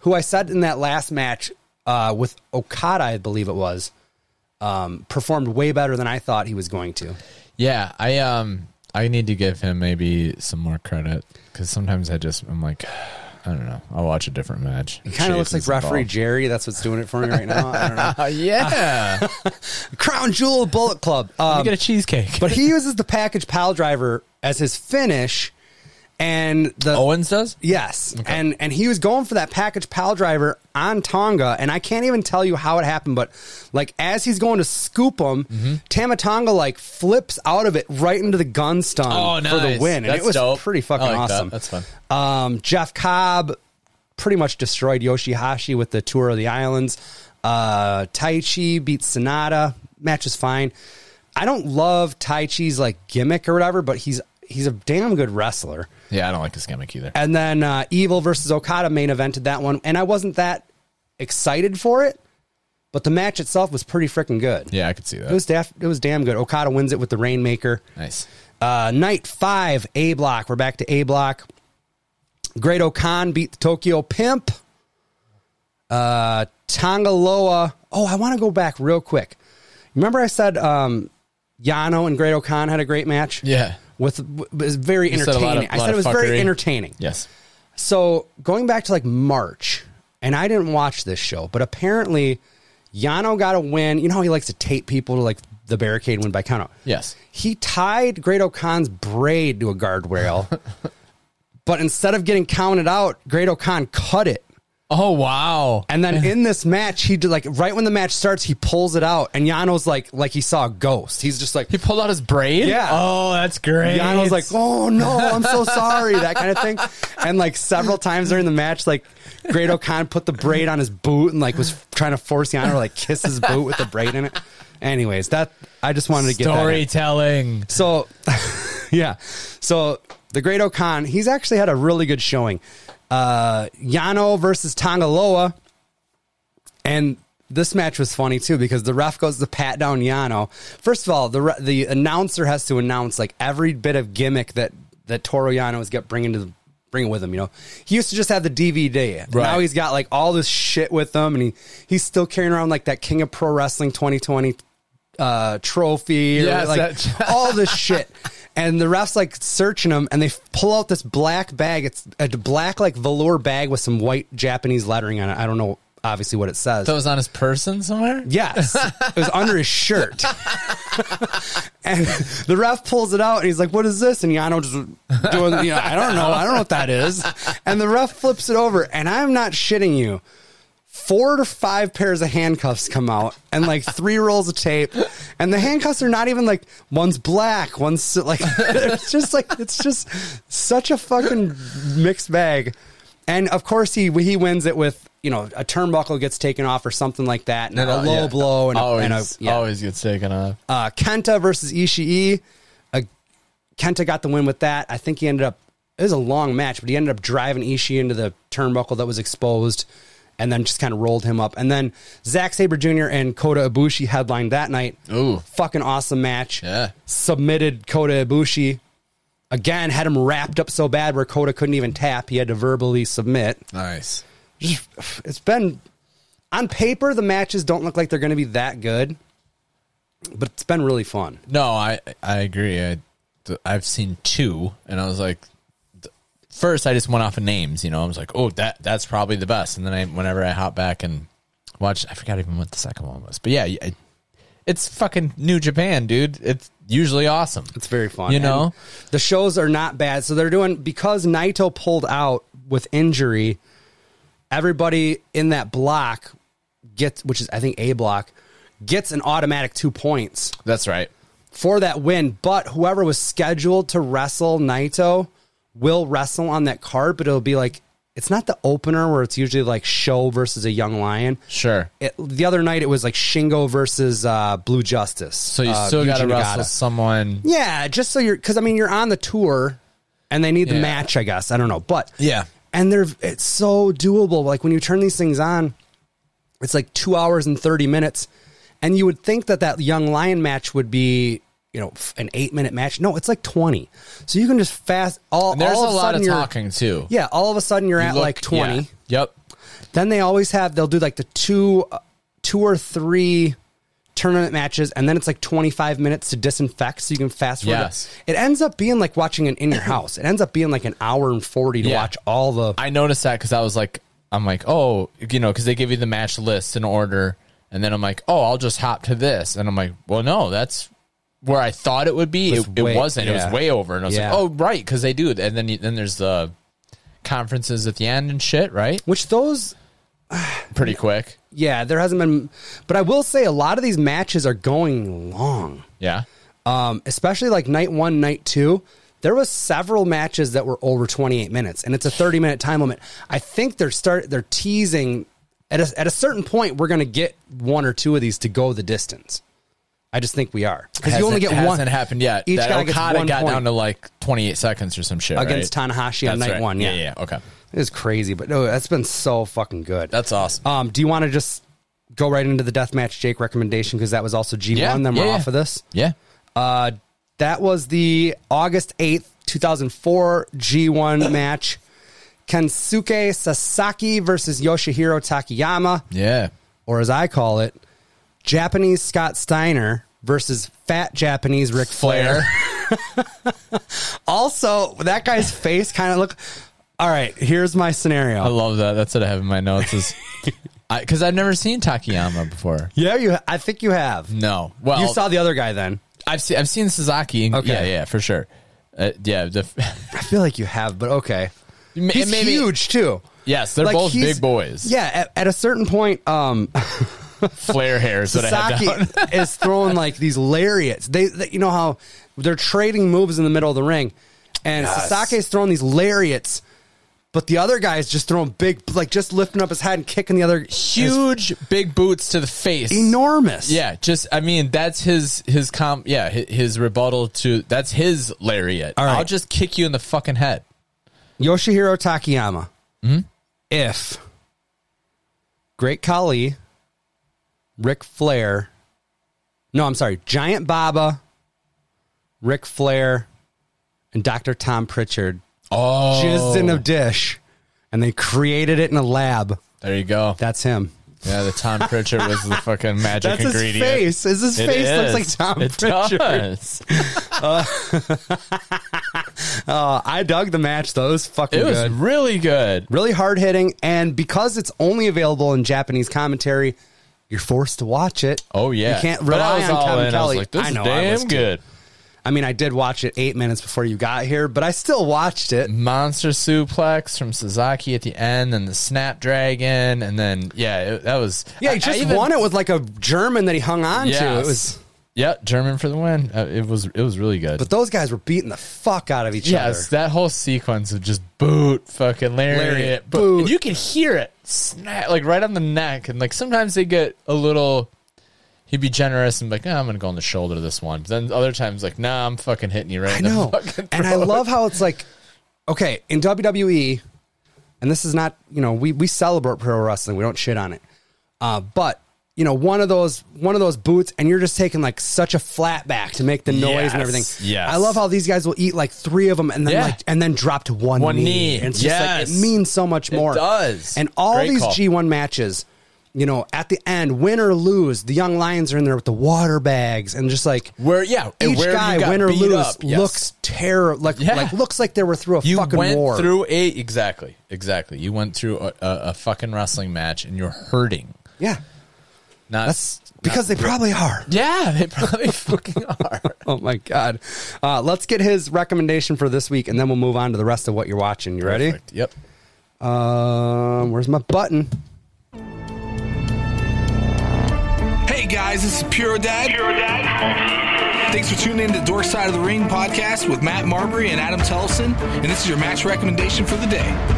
[SPEAKER 1] who I said in that last match uh, with Okada, I believe it was, um, performed way better than I thought he was going to.
[SPEAKER 2] Yeah, I um I need to give him maybe some more credit because sometimes I just I'm like I don't know. I'll watch a different match.
[SPEAKER 1] He kind of looks like referee Jerry. That's what's doing it for me right now. I don't know.
[SPEAKER 2] Oh yeah,
[SPEAKER 1] Crown Jewel of Bullet Club. Um,
[SPEAKER 2] a cheesecake.
[SPEAKER 1] but he uses the package pile driver as his finish, and the
[SPEAKER 2] Owens does.
[SPEAKER 1] Yes, and and he was going for that package pal driver on Tonga, and I can't even tell you how it happened, but like as he's going to scoop him,
[SPEAKER 2] Mm-hmm.
[SPEAKER 1] Tamatonga like flips out of it right into the gun stun
[SPEAKER 2] Oh,
[SPEAKER 1] for the
[SPEAKER 2] nice.
[SPEAKER 1] win, and
[SPEAKER 2] That's
[SPEAKER 1] it was
[SPEAKER 2] dope.
[SPEAKER 1] pretty fucking
[SPEAKER 2] I like that.
[SPEAKER 1] awesome.
[SPEAKER 2] That's fun.
[SPEAKER 1] Um, Jeff Cobb pretty much destroyed Yoshihashi with the tour of the islands. Uh, Taichi beats Sonata. Match is fine. I don't love Taichi's like gimmick or whatever, but he's he's a damn good wrestler.
[SPEAKER 2] Yeah, I don't like this gimmick either.
[SPEAKER 1] And then uh, Evil versus Okada main evented that one, and I wasn't that excited for it, but the match itself was pretty freaking good.
[SPEAKER 2] Yeah, I could see
[SPEAKER 1] It
[SPEAKER 2] that.
[SPEAKER 1] was daf- it was damn good. Okada wins it with the Rainmaker.
[SPEAKER 2] Nice.
[SPEAKER 1] Uh, night five, A block. We're back to A block. Great Okan beat the Tokyo Pimp. Uh, Tongaloa. Oh, I want to go back real quick. Remember, I said um, Yano and Great Okan had a great match.
[SPEAKER 2] Yeah.
[SPEAKER 1] with w- it was very
[SPEAKER 2] You said a
[SPEAKER 1] entertaining.
[SPEAKER 2] lot of-
[SPEAKER 1] I
[SPEAKER 2] lot
[SPEAKER 1] said it
[SPEAKER 2] of
[SPEAKER 1] was very
[SPEAKER 2] fuckery.
[SPEAKER 1] entertaining.
[SPEAKER 2] Yes.
[SPEAKER 1] So going back to like March, and I didn't watch this show, but apparently Yano got a win. You know how he likes to tape people to like the barricade win by countout.
[SPEAKER 2] Yes.
[SPEAKER 1] He tied Great O'Con's braid to a guardrail, but instead of getting counted out, Great O'Con cut it.
[SPEAKER 2] Oh wow.
[SPEAKER 1] And then in this match, he did like right when the match starts, he pulls it out, and Yano's like like he saw a ghost. He's just like
[SPEAKER 2] He pulled out his braid.
[SPEAKER 1] Yeah.
[SPEAKER 2] Oh, that's great.
[SPEAKER 1] Yano's like, oh no, I'm so sorry, that kind of thing. And like several times during the match, like Great O'Con put the braid on his boot and like was trying to force Yano to like kiss his boot with the braid in it. Anyways, that I just wanted to get that. in.
[SPEAKER 2] storytelling.
[SPEAKER 1] So yeah. So the Great O'Con, he's actually had a really good showing. Uh Yano versus Tongaloa. And this match was funny too because the ref goes to pat down Yano. First of all, the re- the announcer has to announce like every bit of gimmick that that Toro Yano has got bringing to the bringing with him. You know, he used to just have the DVD. Now
[SPEAKER 2] Right.
[SPEAKER 1] he's got like all this shit with him, and he he's still carrying around like that King of Pro Wrestling 2020 uh, trophy, or,
[SPEAKER 2] Yes,
[SPEAKER 1] like
[SPEAKER 2] that-
[SPEAKER 1] all this shit. And the refs like searching him, and they f- pull out this black bag. It's a black like velour bag with some white Japanese lettering on it. I don't know obviously what it says.
[SPEAKER 2] That was on his person somewhere.
[SPEAKER 1] Yes, it was under his shirt. and the ref pulls it out and he's like, "What is this?" And Yano just doing, you know, I don't know, I don't know what that is. And the ref flips it over, and I'm not shitting you. Four to five pairs of handcuffs come out, and like three rolls of tape, and the handcuffs are not even like one's black, one's like it's just like it's just such a fucking mixed bag. And of course he he wins it with you know a turnbuckle gets taken off or something like that, and then a
[SPEAKER 2] Oh,
[SPEAKER 1] low
[SPEAKER 2] yeah.
[SPEAKER 1] blow and a,
[SPEAKER 2] always,
[SPEAKER 1] and a yeah.
[SPEAKER 2] always gets taken off.
[SPEAKER 1] Uh, Kenta versus Ishii. Uh, Kenta got the win with that. I think he ended up. It was a long match, but he ended up driving Ishii into the turnbuckle that was exposed, and then just kind of rolled him up. And then Zack Saber Jr. and Kota Ibushi headlined that night.
[SPEAKER 2] Ooh.
[SPEAKER 1] fucking awesome match.
[SPEAKER 2] Yeah.
[SPEAKER 1] submitted Kota Ibushi again. Had him wrapped up so bad where Kota couldn't even tap. He had to verbally submit
[SPEAKER 2] Nice.
[SPEAKER 1] just it's been on paper the matches don't look like they're going to be that good but it's been really fun
[SPEAKER 2] No, I I agree. I I've seen two, and I was like, th- first I just went off of names. You know, I was like, oh, that that's probably the best. And then I, whenever I hop back and watch, I forgot even what the second one was. But yeah, I, it's fucking New Japan, dude. It's usually awesome.
[SPEAKER 1] it's very fun
[SPEAKER 2] You know?
[SPEAKER 1] And the shows are not bad so they're doing because naito pulled out with injury everybody in that block gets which is i think a block gets an automatic two points
[SPEAKER 2] That's right.
[SPEAKER 1] for that win. But whoever was scheduled to wrestle Naito will wrestle on that card, but it'll be like it's not the opener where it's usually like show versus a young lion.
[SPEAKER 2] Sure.
[SPEAKER 1] It, the other night it was like Shingo versus uh, Blue Justice.
[SPEAKER 2] So you
[SPEAKER 1] uh,
[SPEAKER 2] still got to
[SPEAKER 1] Yuji
[SPEAKER 2] wrestle
[SPEAKER 1] Nagata.
[SPEAKER 2] someone.
[SPEAKER 1] Yeah, just so you're because I mean you're on the tour, and they need the
[SPEAKER 2] Yeah.
[SPEAKER 1] match. I guess I don't know, but
[SPEAKER 2] Yeah.
[SPEAKER 1] and they're it's so doable. Like when you turn these things on, it's like two hours and thirty minutes, and you would think that that young lion match would be you know f- an eight minute match. No, it's like twenty. So you can just fast all.
[SPEAKER 2] And there's
[SPEAKER 1] all
[SPEAKER 2] a
[SPEAKER 1] of
[SPEAKER 2] lot
[SPEAKER 1] sudden
[SPEAKER 2] of
[SPEAKER 1] you're-
[SPEAKER 2] talking too.
[SPEAKER 1] Yeah, all of a sudden you're
[SPEAKER 2] You
[SPEAKER 1] at
[SPEAKER 2] look-
[SPEAKER 1] like twenty.
[SPEAKER 2] yeah. Yep.
[SPEAKER 1] Then they always have they'll do like the two, uh, two or three tournament matches, and then it's like twenty five minutes to disinfect, so you can fast forward.
[SPEAKER 2] Yes.
[SPEAKER 1] It ends up being like watching an in your house. It ends up being like an hour and forty to
[SPEAKER 2] Yeah.
[SPEAKER 1] watch all the.
[SPEAKER 2] I noticed that because I was like, I'm like, oh, you know, because they give you the match list in order, and then I'm like, oh, I'll just hop to this, and I'm like, well, no, that's where I thought it would be.
[SPEAKER 1] It was
[SPEAKER 2] It, it
[SPEAKER 1] way-
[SPEAKER 2] wasn't. It
[SPEAKER 1] yeah.
[SPEAKER 2] was way over, and I was
[SPEAKER 1] Yeah.
[SPEAKER 2] like, oh, right, because they do, and then you- then there's the conferences at the end and shit, right?
[SPEAKER 1] which those
[SPEAKER 2] Pretty quick,
[SPEAKER 1] yeah there hasn't been but i will say a lot of these matches are going long
[SPEAKER 2] yeah.
[SPEAKER 1] um, especially like night one night two there was several matches that were over 28 minutes and it's a 30 minute time limit i think they're start they're teasing at a, at a certain point we're going to get one or two of these to go the distance i just think we are because you
[SPEAKER 2] Hasn't-
[SPEAKER 1] only get
[SPEAKER 2] hasn't
[SPEAKER 1] one
[SPEAKER 2] happened yet.
[SPEAKER 1] each
[SPEAKER 2] that
[SPEAKER 1] guy gets
[SPEAKER 2] Okada
[SPEAKER 1] one
[SPEAKER 2] got
[SPEAKER 1] point.
[SPEAKER 2] down to like 28 seconds or some shit
[SPEAKER 1] against
[SPEAKER 2] right?
[SPEAKER 1] tanahashi on
[SPEAKER 2] That's
[SPEAKER 1] night
[SPEAKER 2] right.
[SPEAKER 1] one yeah.
[SPEAKER 2] yeah, yeah. Okay,
[SPEAKER 1] it was crazy but no that's been so fucking good
[SPEAKER 2] that's awesome.
[SPEAKER 1] Um, do you want to just go right into the deathmatch Jake recommendation because that was also G1?
[SPEAKER 2] Yeah,
[SPEAKER 1] then we're
[SPEAKER 2] yeah,
[SPEAKER 1] off
[SPEAKER 2] yeah.
[SPEAKER 1] of this.
[SPEAKER 2] yeah,
[SPEAKER 1] Uh, that was the August eighth, two thousand four G1 match. Kensuke Sasaki versus Yoshihiro Takayama,
[SPEAKER 2] yeah.
[SPEAKER 1] or as I call it, Japanese Scott Steiner versus Fat Japanese Ric Flair.
[SPEAKER 2] Flair.
[SPEAKER 1] Also, that guy's face kind of look. All right, here's my scenario.
[SPEAKER 2] I love that. That's what I have in my notes. Is because I've never seen Takayama before.
[SPEAKER 1] yeah, you. I think you have.
[SPEAKER 2] No, well,
[SPEAKER 1] You saw the other guy then.
[SPEAKER 2] I've seen I've seen Suzuki. and-
[SPEAKER 1] Okay.
[SPEAKER 2] Yeah, yeah, for sure. Uh, yeah, the,
[SPEAKER 1] I feel like you have, but okay.
[SPEAKER 2] M-
[SPEAKER 1] He's
[SPEAKER 2] maybe-
[SPEAKER 1] huge too.
[SPEAKER 2] yes, they're
[SPEAKER 1] Like,
[SPEAKER 2] both
[SPEAKER 1] he's-
[SPEAKER 2] big boys.
[SPEAKER 1] Yeah, at, at a certain point, um,
[SPEAKER 2] Flare hairs that I
[SPEAKER 1] Sasaki
[SPEAKER 2] had down.
[SPEAKER 1] is throwing like these lariats. They, they- you know how they're trading moves in the middle of the ring, and
[SPEAKER 2] Yes.
[SPEAKER 1] Sasaki is throwing these lariats, but the other guy is just throwing big, like just lifting up his head and kicking the other It's
[SPEAKER 2] Huge, big boots to the face.
[SPEAKER 1] enormous.
[SPEAKER 2] Yeah, just I mean that's his his comp. Yeah, hi- his rebuttal to that's his lariat.
[SPEAKER 1] right.
[SPEAKER 2] I'll just kick you in the fucking head.
[SPEAKER 1] Yoshihiro Takayama.
[SPEAKER 2] Mm-hmm.
[SPEAKER 1] If Great Kali, Ric Flair, no, I'm sorry, Giant Baba, Ric Flair, and Dr. Tom Pritchard
[SPEAKER 2] Oh,
[SPEAKER 1] jizzed in a dish and they created it in a lab.
[SPEAKER 2] there you go.
[SPEAKER 1] That's him.
[SPEAKER 2] Yeah, the Tom Pritchard was the fucking magic
[SPEAKER 1] That's his
[SPEAKER 2] ingredient.
[SPEAKER 1] face. Is his
[SPEAKER 2] It
[SPEAKER 1] face looks
[SPEAKER 2] is.
[SPEAKER 1] like Tom
[SPEAKER 2] It
[SPEAKER 1] Pritchard.
[SPEAKER 2] does.
[SPEAKER 1] Uh, I dug the match though. It was fucking
[SPEAKER 2] It was
[SPEAKER 1] good.
[SPEAKER 2] really good.
[SPEAKER 1] really hard hitting, and because it's only available in Japanese commentary, you're forced to watch it.
[SPEAKER 2] Oh yeah,
[SPEAKER 1] you can't
[SPEAKER 2] But
[SPEAKER 1] rely
[SPEAKER 2] I was
[SPEAKER 1] on
[SPEAKER 2] all
[SPEAKER 1] Kevin
[SPEAKER 2] in. I
[SPEAKER 1] Kelly.
[SPEAKER 2] was like, this
[SPEAKER 1] I
[SPEAKER 2] is
[SPEAKER 1] know, I
[SPEAKER 2] damn
[SPEAKER 1] was too.
[SPEAKER 2] good.
[SPEAKER 1] I mean, I did watch it eight minutes before you got here, but I still watched it.
[SPEAKER 2] Monster suplex from Suzuki at the end, and the Snapdragon, and then yeah, it, that was
[SPEAKER 1] Yeah,
[SPEAKER 2] I-
[SPEAKER 1] he
[SPEAKER 2] I
[SPEAKER 1] just
[SPEAKER 2] even-
[SPEAKER 1] won it with like a German that he hung on to.
[SPEAKER 2] Yes.
[SPEAKER 1] It was,
[SPEAKER 2] yeah, German for the win. Uh, it was it was really good.
[SPEAKER 1] but those guys were beating the fuck out of each
[SPEAKER 2] yes,
[SPEAKER 1] other.
[SPEAKER 2] that whole sequence of just boot, fucking lariat,
[SPEAKER 1] Lariat,
[SPEAKER 2] boot.
[SPEAKER 1] boot.
[SPEAKER 2] And you can hear it snap like right on the neck, and like sometimes they get a little. He'd be generous and be like, "Ah, I'm gonna go on the shoulder this one. But then other times, like, nah, I'm fucking hitting you right.
[SPEAKER 1] I
[SPEAKER 2] in the
[SPEAKER 1] know,
[SPEAKER 2] fucking
[SPEAKER 1] and I
[SPEAKER 2] throat."
[SPEAKER 1] love how it's like, okay, in WWE, and this is not you know we we celebrate pro wrestling, we don't shit on it, uh, but. You know, one of those one of those boots, and you're just taking like such a flat back to make the noise and
[SPEAKER 2] Yes,
[SPEAKER 1] everything.
[SPEAKER 2] yes.
[SPEAKER 1] I love how these guys will eat like three of them and then
[SPEAKER 2] Yeah.
[SPEAKER 1] like and then drop to one,
[SPEAKER 2] One knee.
[SPEAKER 1] And it's just like
[SPEAKER 2] Yes.
[SPEAKER 1] it means so much more.
[SPEAKER 2] does.
[SPEAKER 1] And all
[SPEAKER 2] Great
[SPEAKER 1] these
[SPEAKER 2] call.
[SPEAKER 1] G1 matches, you know, at the end, win or lose, the young lions are in there with the water bags and just like
[SPEAKER 2] Where- yeah, and
[SPEAKER 1] each
[SPEAKER 2] where you
[SPEAKER 1] guy
[SPEAKER 2] got
[SPEAKER 1] win or
[SPEAKER 2] beat
[SPEAKER 1] lose
[SPEAKER 2] up, yes.
[SPEAKER 1] looks terror like
[SPEAKER 2] Yeah.
[SPEAKER 1] like looks like they were through a
[SPEAKER 2] You
[SPEAKER 1] fucking
[SPEAKER 2] went
[SPEAKER 1] war.
[SPEAKER 2] through a exactly, exactly. You went through a, a, a fucking wrestling match, and you're hurting.
[SPEAKER 1] yeah,
[SPEAKER 2] Not
[SPEAKER 1] that's because they probably are.
[SPEAKER 2] yeah, they probably fucking are.
[SPEAKER 1] Oh my god! Uh, let's get his recommendation for this week, and then we'll move on to the rest of what you're watching. You ready?
[SPEAKER 2] Perfect. Yep.
[SPEAKER 1] Um, where's my button?
[SPEAKER 4] Hey guys, this is Pure Dad.
[SPEAKER 5] Pure Dad.
[SPEAKER 4] Thanks for tuning in to Dork Side of the Ring podcast with Matt Marbury and Adam Tellison. And this is your match recommendation for the day.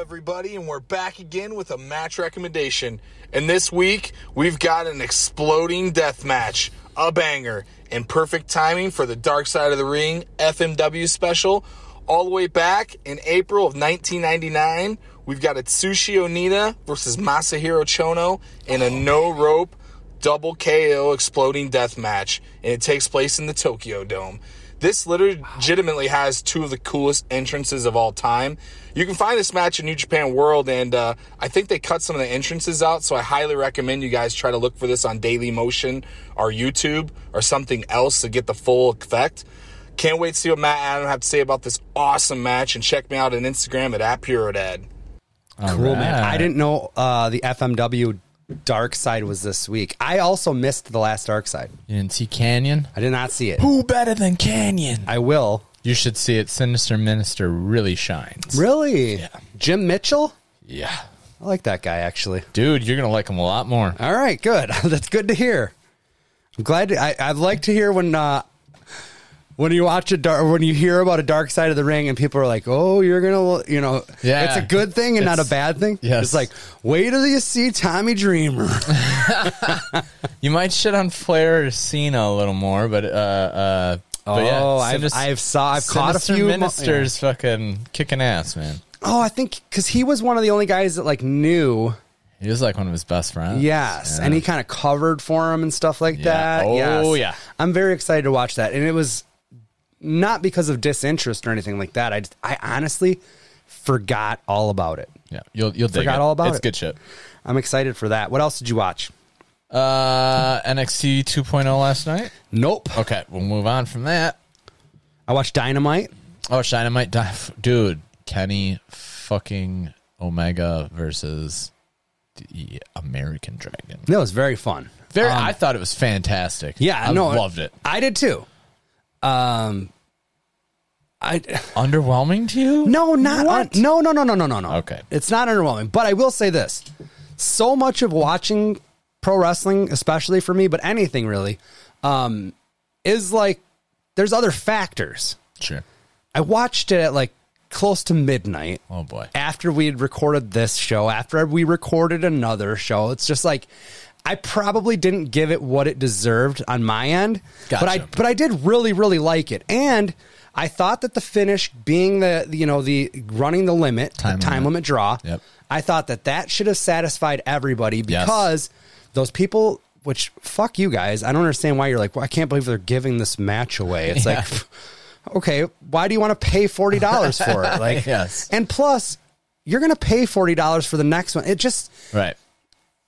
[SPEAKER 6] everybody, and we're back again with a match recommendation. And this week, we've got an exploding death match, a banger, in perfect timing for the Dark Side of the Ring FMW special. All the way back in April of 1999, we've got Atsushi Onita versus Masahiro Chono in a no rope double KO exploding death match, and it takes place in the Tokyo Dome. This legitimately has two of the coolest entrances of all time. You can find this match in New Japan World, and uh, I think they cut some of the entrances out, so I highly recommend you guys try to look for this on Daily Motion or YouTube or something else to get the full effect. Can't wait to see what Matt and Adam have to say about this awesome match, and check me out on Instagram at AppHeroDad.
[SPEAKER 1] Cool, man. I
[SPEAKER 2] right.
[SPEAKER 1] didn't know uh, the FMW Dark Side was this week. I also missed the last Dark Side.
[SPEAKER 2] You didn't see Canyon?
[SPEAKER 1] I did not see it.
[SPEAKER 2] Who better than Canyon?
[SPEAKER 1] I will.
[SPEAKER 2] You should see it. Sinister Minister really shines.
[SPEAKER 1] Really?
[SPEAKER 2] Yeah.
[SPEAKER 1] Jim Mitchell?
[SPEAKER 2] Yeah.
[SPEAKER 1] I like that guy, actually.
[SPEAKER 2] Dude, you're going to like him a lot more.
[SPEAKER 1] All right, good. That's good to hear. I'm glad. To, I I like to hear when uh, when you watch a dark when you hear about a dark side of the ring and people are like, "Oh, you're gonna," you know,
[SPEAKER 2] Yeah.
[SPEAKER 1] it's a good thing and not a
[SPEAKER 2] It's-
[SPEAKER 1] bad thing.
[SPEAKER 2] yes.
[SPEAKER 1] It's like, wait till you see Tommy Dreamer.
[SPEAKER 2] You might shit on Flair or Cena a little more, but uh, uh, but yeah,
[SPEAKER 1] Oh, I've- I've saw- I've caught a
[SPEAKER 2] Sinister
[SPEAKER 1] few mo-
[SPEAKER 2] ministers fucking kicking ass, man.
[SPEAKER 1] oh, I think because he was one of the only guys that like knew.
[SPEAKER 2] He was like one of his best friends.
[SPEAKER 1] Yes, and he kind of covered for him and stuff like that.
[SPEAKER 2] Oh,
[SPEAKER 1] Yes.
[SPEAKER 2] yeah.
[SPEAKER 1] I'm very excited to watch that, and it was not because of disinterest or anything like that. I just, I honestly forgot all about it.
[SPEAKER 2] yeah, you'll you'll dig
[SPEAKER 1] Forgot
[SPEAKER 2] it.
[SPEAKER 1] all about
[SPEAKER 2] it's
[SPEAKER 1] it.
[SPEAKER 2] good shit.
[SPEAKER 1] I'm excited for that. What else did you watch?
[SPEAKER 2] Uh, NXT 2.0 last night.
[SPEAKER 1] Nope.
[SPEAKER 2] Okay, we'll move on from that.
[SPEAKER 1] I watched Dynamite.
[SPEAKER 2] Oh, Dynamite, dive. dude, Kenny fucking Omega versus the American Dragon.
[SPEAKER 1] That was very fun.
[SPEAKER 2] Very, I thought it was fantastic.
[SPEAKER 1] Um, Yeah,
[SPEAKER 2] I
[SPEAKER 1] no,
[SPEAKER 2] loved it.
[SPEAKER 1] I did too. Um, I
[SPEAKER 2] Underwhelming to you?
[SPEAKER 1] no, not
[SPEAKER 2] What?
[SPEAKER 1] no, no, no, no, no, no, no.
[SPEAKER 2] Okay.
[SPEAKER 1] it's not underwhelming, but I will say this: so much of watching pro wrestling, especially for me, but anything really, um, is like there's other factors.
[SPEAKER 2] Sure.
[SPEAKER 1] I watched it at like close to midnight.
[SPEAKER 2] Oh boy.
[SPEAKER 1] after we had recorded this show, after we recorded another show. It's just like I probably didn't give it what it deserved on my end, but I
[SPEAKER 2] Gotcha.
[SPEAKER 1] but I did really really like it, and I thought that the finish being the you know the running the limit
[SPEAKER 2] Time
[SPEAKER 1] the time limit,
[SPEAKER 2] limit.
[SPEAKER 1] draw,
[SPEAKER 2] Yep.
[SPEAKER 1] I thought that that should have satisfied everybody
[SPEAKER 2] Yes.
[SPEAKER 1] because those people. Which fuck you guys! I don't understand why you're like. Well, I can't believe they're giving this match away. It's
[SPEAKER 2] Yeah.
[SPEAKER 1] like, okay, why do you want to pay forty dollars for it? Like,
[SPEAKER 2] Yes.
[SPEAKER 1] and plus, you're going to pay forty dollars for the next one. It just
[SPEAKER 2] Right.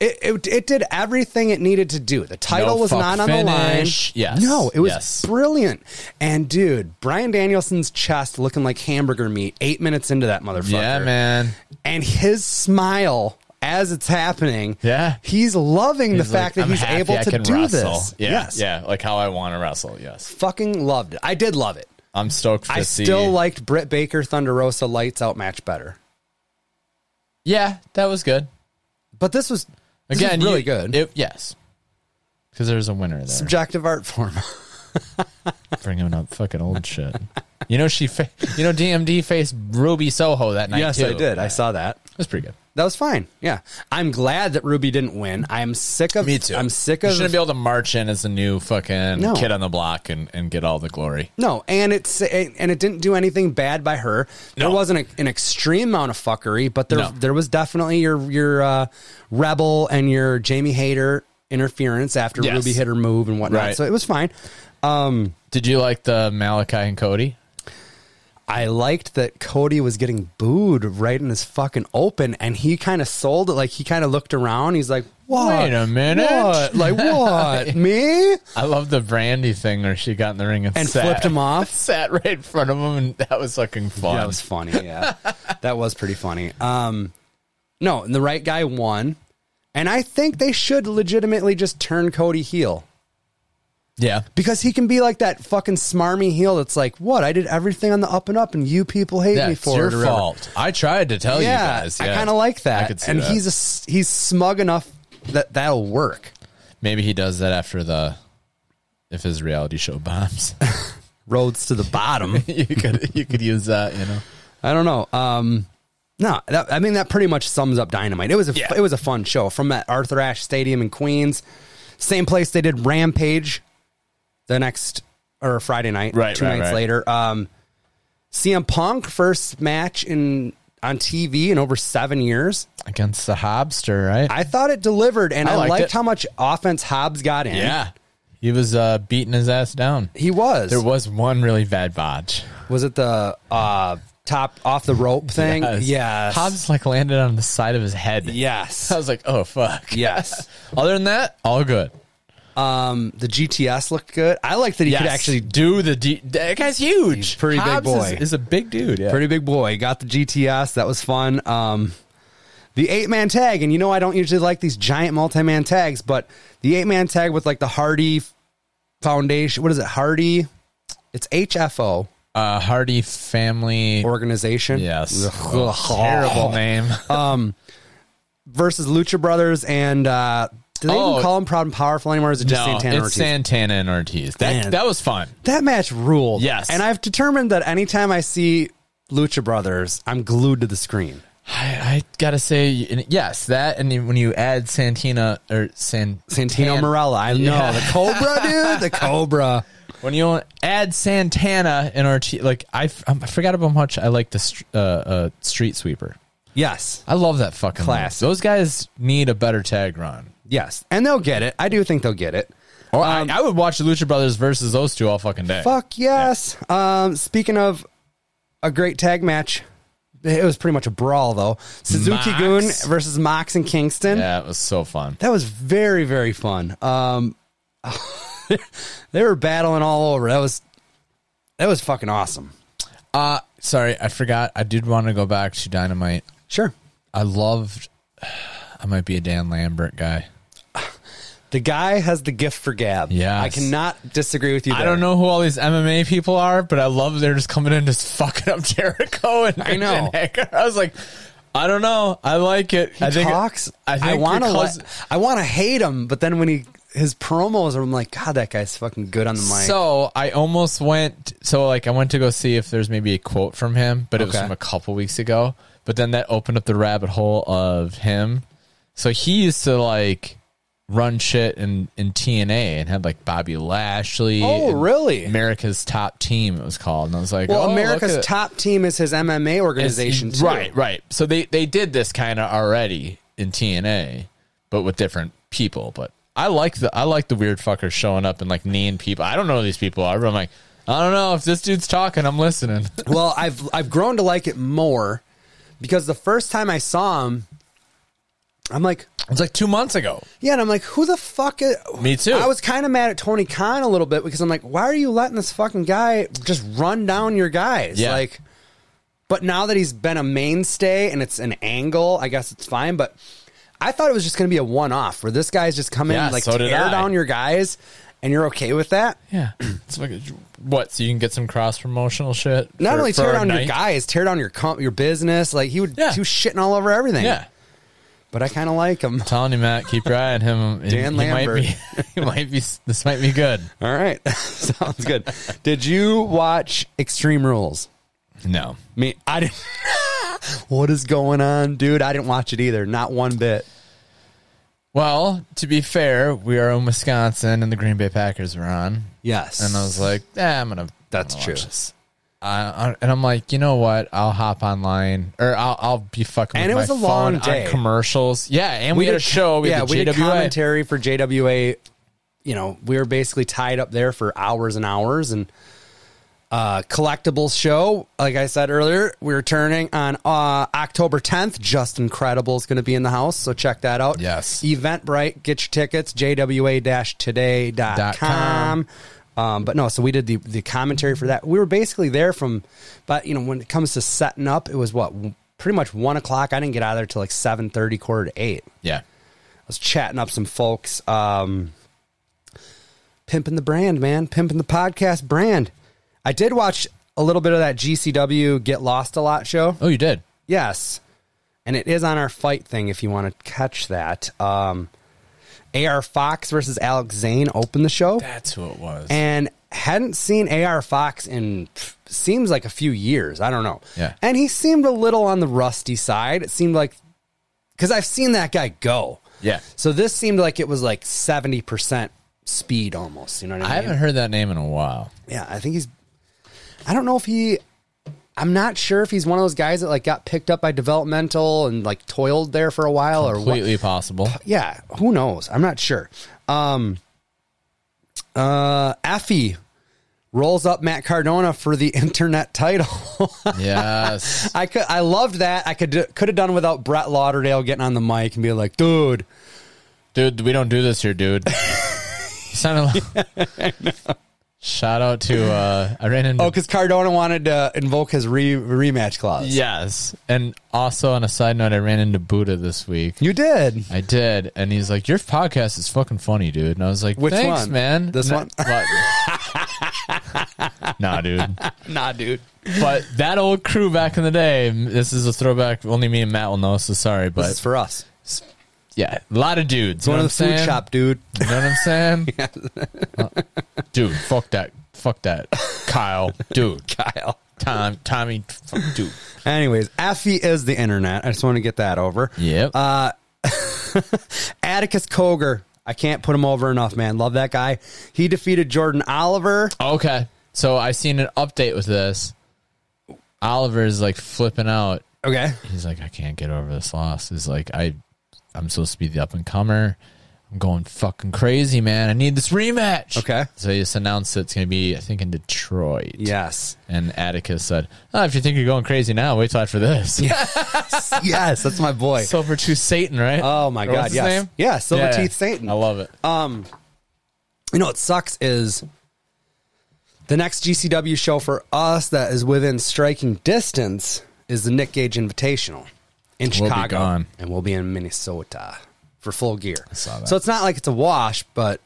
[SPEAKER 1] it, it it did everything it needed to do. The title
[SPEAKER 2] No
[SPEAKER 1] was
[SPEAKER 2] fuck
[SPEAKER 1] not on the line.
[SPEAKER 2] finish. Yes.
[SPEAKER 1] No, it was
[SPEAKER 2] Yes.
[SPEAKER 1] brilliant. And dude, Brian Danielson's chest looking like hamburger meat. Eight minutes into that motherfucker.
[SPEAKER 2] Yeah, man.
[SPEAKER 1] And his smile. As it's happening,
[SPEAKER 2] Yeah.
[SPEAKER 1] he's loving the
[SPEAKER 2] He's
[SPEAKER 1] fact
[SPEAKER 2] like,
[SPEAKER 1] that
[SPEAKER 2] "I'm
[SPEAKER 1] he's
[SPEAKER 2] happy
[SPEAKER 1] able
[SPEAKER 2] I
[SPEAKER 1] to
[SPEAKER 2] can
[SPEAKER 1] do
[SPEAKER 2] wrestle.
[SPEAKER 1] this.
[SPEAKER 2] Yeah,
[SPEAKER 1] yes,
[SPEAKER 2] yeah, like how I want to wrestle. Yes,
[SPEAKER 1] fucking loved it. I did love it.
[SPEAKER 2] I'm stoked. For
[SPEAKER 1] I
[SPEAKER 2] see.
[SPEAKER 1] still liked Britt Baker Thunder Rosa lights out match better,
[SPEAKER 2] Yeah, that was good.
[SPEAKER 1] but this was this was
[SPEAKER 2] Again,
[SPEAKER 1] really
[SPEAKER 2] you-
[SPEAKER 1] good.
[SPEAKER 2] It, yes, because there's a winner there.
[SPEAKER 1] subjective art form.
[SPEAKER 2] Bringing up fucking old shit. You know she. Fa- you know DMD faced Ruby Soho that night.
[SPEAKER 1] yes,
[SPEAKER 2] too.
[SPEAKER 1] I did. I saw that.
[SPEAKER 2] It was pretty good.
[SPEAKER 1] That was fine. Yeah, I'm glad that Ruby didn't win. I'm sick of. I'm sick
[SPEAKER 2] You
[SPEAKER 1] of.
[SPEAKER 2] shouldn't be able to march in as a new fucking
[SPEAKER 1] No.
[SPEAKER 2] kid on the block and, and get all the glory.
[SPEAKER 1] no, and it's and it didn't do anything bad by her. There
[SPEAKER 2] No.
[SPEAKER 1] wasn't a, an extreme amount of fuckery, but there
[SPEAKER 2] No.
[SPEAKER 1] there was definitely your your uh, rebel and your Jamie Hader interference after
[SPEAKER 2] Yes.
[SPEAKER 1] Ruby hit her move and whatnot.
[SPEAKER 2] Right.
[SPEAKER 1] So it was fine.
[SPEAKER 2] Did you like the Malachi and Cody?
[SPEAKER 1] I liked that Cody was getting booed right in his fucking open, and he kind of sold it. Like he kind of looked around. He's like, "What?
[SPEAKER 2] Wait a minute."
[SPEAKER 1] What? Like what? Me?"
[SPEAKER 2] I love the Brandy thing where she got in the ring and,
[SPEAKER 1] And
[SPEAKER 2] sat-
[SPEAKER 1] flipped him off.
[SPEAKER 2] sat right in front of him, and that was fucking fun.
[SPEAKER 1] That was funny. Yeah, that was pretty funny. Um, no, and the right guy won, and I think they should legitimately just turn Cody heel
[SPEAKER 2] yeah,
[SPEAKER 1] because he can be like that fucking smarmy heel that's like, "What? I did everything on the up and up, and you people hate me
[SPEAKER 2] that's
[SPEAKER 1] for
[SPEAKER 2] your
[SPEAKER 1] it." or whatever."
[SPEAKER 2] fault. I tried to tell
[SPEAKER 1] Oh, yeah,
[SPEAKER 2] you guys.
[SPEAKER 1] I
[SPEAKER 2] yeah.
[SPEAKER 1] kind of like that.
[SPEAKER 2] I could see
[SPEAKER 1] and
[SPEAKER 2] that.
[SPEAKER 1] he's a s he's smug enough that that'll work.
[SPEAKER 2] maybe he does that after the if his reality show bombs.
[SPEAKER 1] Roads to the bottom.
[SPEAKER 2] you could you could use that. You know,
[SPEAKER 1] I don't know. Um, No, that, I mean that pretty much sums up Dynamite. It was a it was a fun show from that Arthur Ashe Stadium in Queens, same place they did Rampage, the next or Friday night,
[SPEAKER 2] Right,
[SPEAKER 1] two
[SPEAKER 2] right,
[SPEAKER 1] nights
[SPEAKER 2] right.
[SPEAKER 1] later. Um, CM Punk first match in on TV in over seven years.
[SPEAKER 2] Against the Hobster, right?
[SPEAKER 1] I thought it delivered, and
[SPEAKER 2] I
[SPEAKER 1] I,
[SPEAKER 2] liked
[SPEAKER 1] liked
[SPEAKER 2] it.
[SPEAKER 1] how much offense Hobbs got in.
[SPEAKER 2] yeah. He was uh, beating his ass down.
[SPEAKER 1] he was.
[SPEAKER 2] There was one really bad botch.
[SPEAKER 1] was it the uh, top off the rope thing? Yes.
[SPEAKER 2] Hobbs like landed on the side of his head.
[SPEAKER 1] Yes.
[SPEAKER 2] I was like, oh fuck.
[SPEAKER 1] Yes. Um,
[SPEAKER 2] Other than that, all good.
[SPEAKER 1] the GTS looked good. I like that he could actually
[SPEAKER 2] do the D- that guy's huge.
[SPEAKER 1] He's a pretty big
[SPEAKER 2] Hobbs
[SPEAKER 1] boy.
[SPEAKER 2] Is, is a big dude. Yeah.
[SPEAKER 1] pretty big boy. Got the GTS. That was fun. Um, the eight man tag, and you know I don't usually like these giant multi man tags, but the eight man tag with like the Hardy Foundation. What is it? Hardy. It's HFO
[SPEAKER 2] uh, Hardy family.
[SPEAKER 1] organization.
[SPEAKER 2] yes.
[SPEAKER 1] Ugh,
[SPEAKER 2] Oh, terrible name.
[SPEAKER 1] Versus Lucha Brothers and uh, do they
[SPEAKER 2] Oh.
[SPEAKER 1] even call him Proud and Powerful anymore? Or is it just
[SPEAKER 2] no,
[SPEAKER 1] Santana?
[SPEAKER 2] it's
[SPEAKER 1] Ortiz?
[SPEAKER 2] Santana and Ortiz. That
[SPEAKER 1] Man.
[SPEAKER 2] that was fun.
[SPEAKER 1] that match ruled.
[SPEAKER 2] Yes.
[SPEAKER 1] and I've determined that anytime I see Lucha Brothers, I'm glued to the screen.
[SPEAKER 2] I, I gotta say, and yes, that and you- when you add Santina or San
[SPEAKER 1] Santino
[SPEAKER 2] Tan-
[SPEAKER 1] Morella. I know
[SPEAKER 2] Yeah.
[SPEAKER 1] the Cobra, dude. The Cobra.
[SPEAKER 2] when you add Santana and Ortiz, like I, f- um, I forgot about how much I like the str- uh, uh, Street Sweeper.
[SPEAKER 1] Yes,
[SPEAKER 2] I love that fucking
[SPEAKER 1] Classic.
[SPEAKER 2] move. Those guys need a better tag run.
[SPEAKER 1] yes, and they'll get it. I do think they'll get it.
[SPEAKER 2] Or I, I would watch the Lucha Brothers versus those two all fucking day.
[SPEAKER 1] Um, Fuck yes. Um, speaking of a great tag match, it was pretty much a brawl though. Suzuki
[SPEAKER 2] Mox.
[SPEAKER 1] Goon versus Mox and Kingston.
[SPEAKER 2] Yeah, it was so fun.
[SPEAKER 1] That was very very fun. Um, they were battling all over. That was that was fucking awesome.
[SPEAKER 2] Uh, sorry, I forgot. I did want to go back to Dynamite.
[SPEAKER 1] Sure.
[SPEAKER 2] I loved. I might be a Dan Lambert guy.
[SPEAKER 1] The guy has the gift for gab.
[SPEAKER 2] Yes.
[SPEAKER 1] I cannot disagree with you.
[SPEAKER 2] I
[SPEAKER 1] there.
[SPEAKER 2] don't know who all these MMA people are, but I love they're just coming in just fucking up Jericho and
[SPEAKER 1] I know.
[SPEAKER 2] and Hager. I was like, I don't know. I like it.
[SPEAKER 1] He
[SPEAKER 2] I think
[SPEAKER 1] talks.
[SPEAKER 2] I think
[SPEAKER 1] want to.
[SPEAKER 2] your cousin-
[SPEAKER 1] I want to hate him, but then when he his promos, I'm like, God, that guy's fucking good on the mic.
[SPEAKER 2] So I almost went. So like I went to go see if there's maybe a quote from him, but it was
[SPEAKER 1] Okay.
[SPEAKER 2] from a couple weeks ago. But then that opened up the rabbit hole of him. So he used to like run shit in in TNA and had like Bobby Lashley.
[SPEAKER 1] Oh,
[SPEAKER 2] and
[SPEAKER 1] really?
[SPEAKER 2] America's Top Team it was called, and I was like,
[SPEAKER 1] well,
[SPEAKER 2] oh,
[SPEAKER 1] America's
[SPEAKER 2] look at-
[SPEAKER 1] top team is his MMA
[SPEAKER 2] it's-
[SPEAKER 1] organization, too.
[SPEAKER 2] Right, right. So they they did this kind of already in TNA, but with different people. But I like the I like the weird fuckers showing up and like kneeing people. I don't know who these people are, but I'm like, I don't know if this dude's talking. I'm listening.
[SPEAKER 1] Well, I've I've grown to like it more because the first time I saw him, I'm like,
[SPEAKER 2] It's like two months ago.
[SPEAKER 1] yeah, and I'm like, who the fuck? Is?
[SPEAKER 2] Me too.
[SPEAKER 1] I was kind of mad at Tony Khan a little bit because I'm like, why are you letting this fucking guy just run down your guys?
[SPEAKER 2] Yeah.
[SPEAKER 1] Like, but now that he's been a mainstay and it's an angle, I guess it's fine. But I thought it was just going to be a one off where this guy's just coming
[SPEAKER 2] Yeah,
[SPEAKER 1] and like
[SPEAKER 2] so did
[SPEAKER 1] tear
[SPEAKER 2] I.
[SPEAKER 1] down your guys, and you're okay with that.
[SPEAKER 2] Yeah, it's like a- what? So you can get some cross promotional shit.
[SPEAKER 1] Not
[SPEAKER 2] for-
[SPEAKER 1] only
[SPEAKER 2] for
[SPEAKER 1] tear
[SPEAKER 2] a
[SPEAKER 1] down your
[SPEAKER 2] night?
[SPEAKER 1] guys, tear down your comp, your business. Like he would,
[SPEAKER 2] Yeah.
[SPEAKER 1] he was shitting all over everything.
[SPEAKER 2] Yeah,
[SPEAKER 1] but I kind of like him.
[SPEAKER 2] telling you, Matt, keep your eye on him.
[SPEAKER 1] Dan
[SPEAKER 2] he
[SPEAKER 1] Lambert.
[SPEAKER 2] Might be, he might be. This might be good.
[SPEAKER 1] All right, sounds good. Did you watch Extreme Rules?
[SPEAKER 2] No,
[SPEAKER 1] Me, I didn't. what is going on, dude? I didn't watch it either. Not one bit.
[SPEAKER 2] Well, to be fair, we are in Wisconsin, and the Green Bay Packers were on,
[SPEAKER 1] Yes.
[SPEAKER 2] and I was like, "Yeah, I'm gonna."
[SPEAKER 1] That's
[SPEAKER 2] I'm gonna watch
[SPEAKER 1] true.
[SPEAKER 2] this." I, I- and I'm like, you know what? I'll hop online, or I'll I'll be fucking.
[SPEAKER 1] And it was
[SPEAKER 2] with my
[SPEAKER 1] a long
[SPEAKER 2] phone on
[SPEAKER 1] day.
[SPEAKER 2] commercials, yeah. And we, had a show. We
[SPEAKER 1] yeah,
[SPEAKER 2] had the
[SPEAKER 1] we
[SPEAKER 2] JWA.
[SPEAKER 1] did commentary for JWA. You know, we were basically tied up there for hours and hours, and uh, collectibles show. Like I said earlier, we're turning on uh, October 10th. Just incredible is going to be in the house, so check that out.
[SPEAKER 2] Yes.
[SPEAKER 1] Eventbrite. Get your tickets. JWA-today.com. Um, but no, so we did the the commentary for that. We were basically there from, but you know, when it comes to setting up, it was what pretty much one o'clock. I didn't get out of there till like seven thirty, quarter to eight.
[SPEAKER 2] Yeah,
[SPEAKER 1] I was chatting up some folks, um, pimping the brand, man, pimping the podcast brand. I did watch a little bit of that GCW Get Lost a Lot show.
[SPEAKER 2] oh, you did.
[SPEAKER 1] Yes. And it is on our fight thing if you want to catch that. Um, AR Fox versus Alex Zane opened the show.
[SPEAKER 2] That's who it was.
[SPEAKER 1] And hadn't seen AR Fox in pff, seems like a few years. I don't know.
[SPEAKER 2] Yeah.
[SPEAKER 1] And he seemed a little on the rusty side. It seemed like because I've seen that guy go.
[SPEAKER 2] Yeah.
[SPEAKER 1] So this seemed like it was like 70% speed almost. You know what I mean?
[SPEAKER 2] I haven't heard that name in a while.
[SPEAKER 1] Yeah, I think he's. I don't know if he. I'm not sure if he's one of those guys that like got picked up by developmental and like toiled there for a while or what.
[SPEAKER 2] Completely possible.
[SPEAKER 1] Yeah, who knows? I'm not sure. Um, uh, Effie rolls up Matt Cardona for the internet title.
[SPEAKER 2] Yes.
[SPEAKER 1] I could, I loved that. I could could have done without Brett Lauderdale getting on the mic and be like, dude,
[SPEAKER 2] dude, we don't do this here, dude. You sounded like. Shout out to uh, I ran into
[SPEAKER 1] oh, because Cardona wanted to invoke his re- rematch clause.
[SPEAKER 2] yes, and also on a side note, I ran into Buddha this week.
[SPEAKER 1] you did.
[SPEAKER 2] I did, and he's like, "Your podcast is fucking funny, dude." And I was like,
[SPEAKER 1] Which
[SPEAKER 2] "Thanks,
[SPEAKER 1] one?
[SPEAKER 2] man."
[SPEAKER 1] This
[SPEAKER 2] N-
[SPEAKER 1] one?
[SPEAKER 2] what? nah, dude.
[SPEAKER 1] Nah, dude.
[SPEAKER 2] But that old crew back in the day. This is a throwback. Only me and Matt will know. So sorry,
[SPEAKER 1] This is
[SPEAKER 2] but
[SPEAKER 1] for us.
[SPEAKER 2] yeah, a lot of dudes.
[SPEAKER 1] It's
[SPEAKER 2] you
[SPEAKER 1] one
[SPEAKER 2] know
[SPEAKER 1] of the
[SPEAKER 2] what I'm
[SPEAKER 1] food
[SPEAKER 2] saying?
[SPEAKER 1] shop, dude.
[SPEAKER 2] You know what I'm saying? Uh, dude, fuck that. Fuck that. Kyle. Dude. Kyle. Tom Tommy fuck, dude.
[SPEAKER 1] Anyways, Effie is the internet. I just want to get that over.
[SPEAKER 2] Yep.
[SPEAKER 1] Uh, Atticus Koger. I can't put him over enough, man. Love that guy. He defeated Jordan Oliver.
[SPEAKER 2] okay. So I seen an update with this. Oliver's like flipping out.
[SPEAKER 1] Okay.
[SPEAKER 2] He's like, I can't get over this loss. He's like, I I'm supposed to be the up and comer. I'm going fucking crazy, man. I need this rematch.
[SPEAKER 1] Okay.
[SPEAKER 2] So he just announced it's gonna be, I think, in Detroit.
[SPEAKER 1] Yes.
[SPEAKER 2] And Atticus said, oh, if you think you're going crazy now, wait till after this. Yeah.
[SPEAKER 1] yes, that's my boy.
[SPEAKER 2] Silver Tooth Satan, right?
[SPEAKER 1] Oh my
[SPEAKER 2] Or
[SPEAKER 1] God,
[SPEAKER 2] what's his
[SPEAKER 1] yes.
[SPEAKER 2] name?
[SPEAKER 1] Yeah, Silver Teeth Satan. Uh,
[SPEAKER 2] I love it.
[SPEAKER 1] you know what sucks is the next GCW show for us that is within striking distance is the Nick Gage Invitational in
[SPEAKER 2] be
[SPEAKER 1] Chicago,
[SPEAKER 2] gone.
[SPEAKER 1] and we'll be in Minnesota for full gear.
[SPEAKER 2] saw that.
[SPEAKER 1] So it's not like it's a wash, but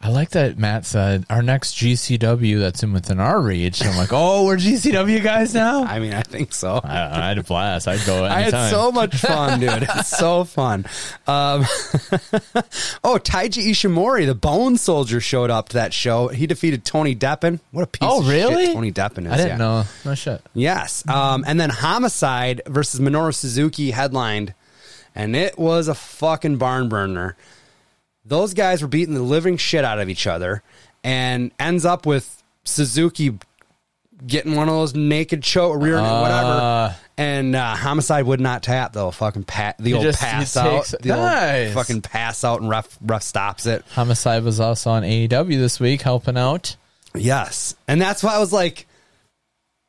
[SPEAKER 2] I like that Matt said our next GCW that's in within our reach. I'm like, oh, we're GCW guys now.
[SPEAKER 1] I mean, I think so.
[SPEAKER 2] I, I had a blast. I'd go.
[SPEAKER 1] I
[SPEAKER 2] Anytime.
[SPEAKER 1] had so much fun, dude. It's so fun. Um, oh, Taiji Ishimori, the Bone Soldier, showed up to that show. He defeated Tony Deppen. What a piece!
[SPEAKER 2] Oh,
[SPEAKER 1] of
[SPEAKER 2] really?
[SPEAKER 1] Shit Tony Deppen is.
[SPEAKER 2] I didn't
[SPEAKER 1] yeah.
[SPEAKER 2] know. No shit.
[SPEAKER 1] Yes. Um, and then Homicide versus Minoru Suzuki headlined, and it was a fucking barn burner. Those guys were beating the living shit out of each other, and ends up with Suzuki getting one of those naked choke, rear
[SPEAKER 2] Uh.
[SPEAKER 1] whatever. And uh, Homicide would not tap though. Fucking pat the old
[SPEAKER 2] just- he
[SPEAKER 1] pass
[SPEAKER 2] takes-
[SPEAKER 1] out, the old
[SPEAKER 2] Nice.
[SPEAKER 1] fucking pass out, and ref ref stops it.
[SPEAKER 2] Homicide was also on AEW this week helping out.
[SPEAKER 1] Yes. And that's why I was like,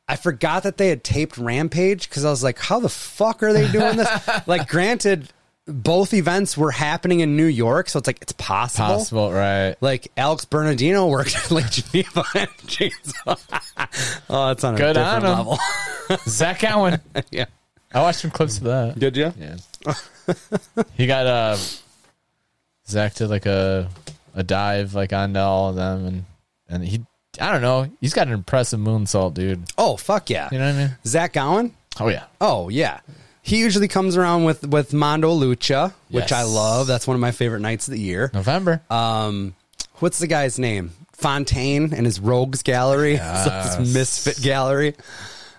[SPEAKER 1] I forgot that they had taped Rampage because I was like, how the fuck are they doing this? like, granted, both events were happening in New York, so it's like, it's possible.
[SPEAKER 2] Possible, right?
[SPEAKER 1] Like, Alex Bernardino worked at Lake Geneva. Jeez. oh, it's on a
[SPEAKER 2] Good on
[SPEAKER 1] different
[SPEAKER 2] him.
[SPEAKER 1] level.
[SPEAKER 2] Zach Allen.
[SPEAKER 1] yeah.
[SPEAKER 2] I watched some clips of that.
[SPEAKER 1] Did you?
[SPEAKER 2] Yeah. he got uh Zach did like a a dive like onto all of them and and he I don't know, he's got an impressive moonsault, dude.
[SPEAKER 1] Oh, fuck yeah.
[SPEAKER 2] You know what I mean?
[SPEAKER 1] Zach Gowen?
[SPEAKER 2] Oh yeah.
[SPEAKER 1] Oh, yeah. He usually comes around with, with Mondo Lucha, which I
[SPEAKER 2] Yes.
[SPEAKER 1] love. That's one of my favorite nights of the year.
[SPEAKER 2] November.
[SPEAKER 1] Uh, Um, what's the guy's name? Fontaine and his Rogues Gallery. It's like this misfit gallery.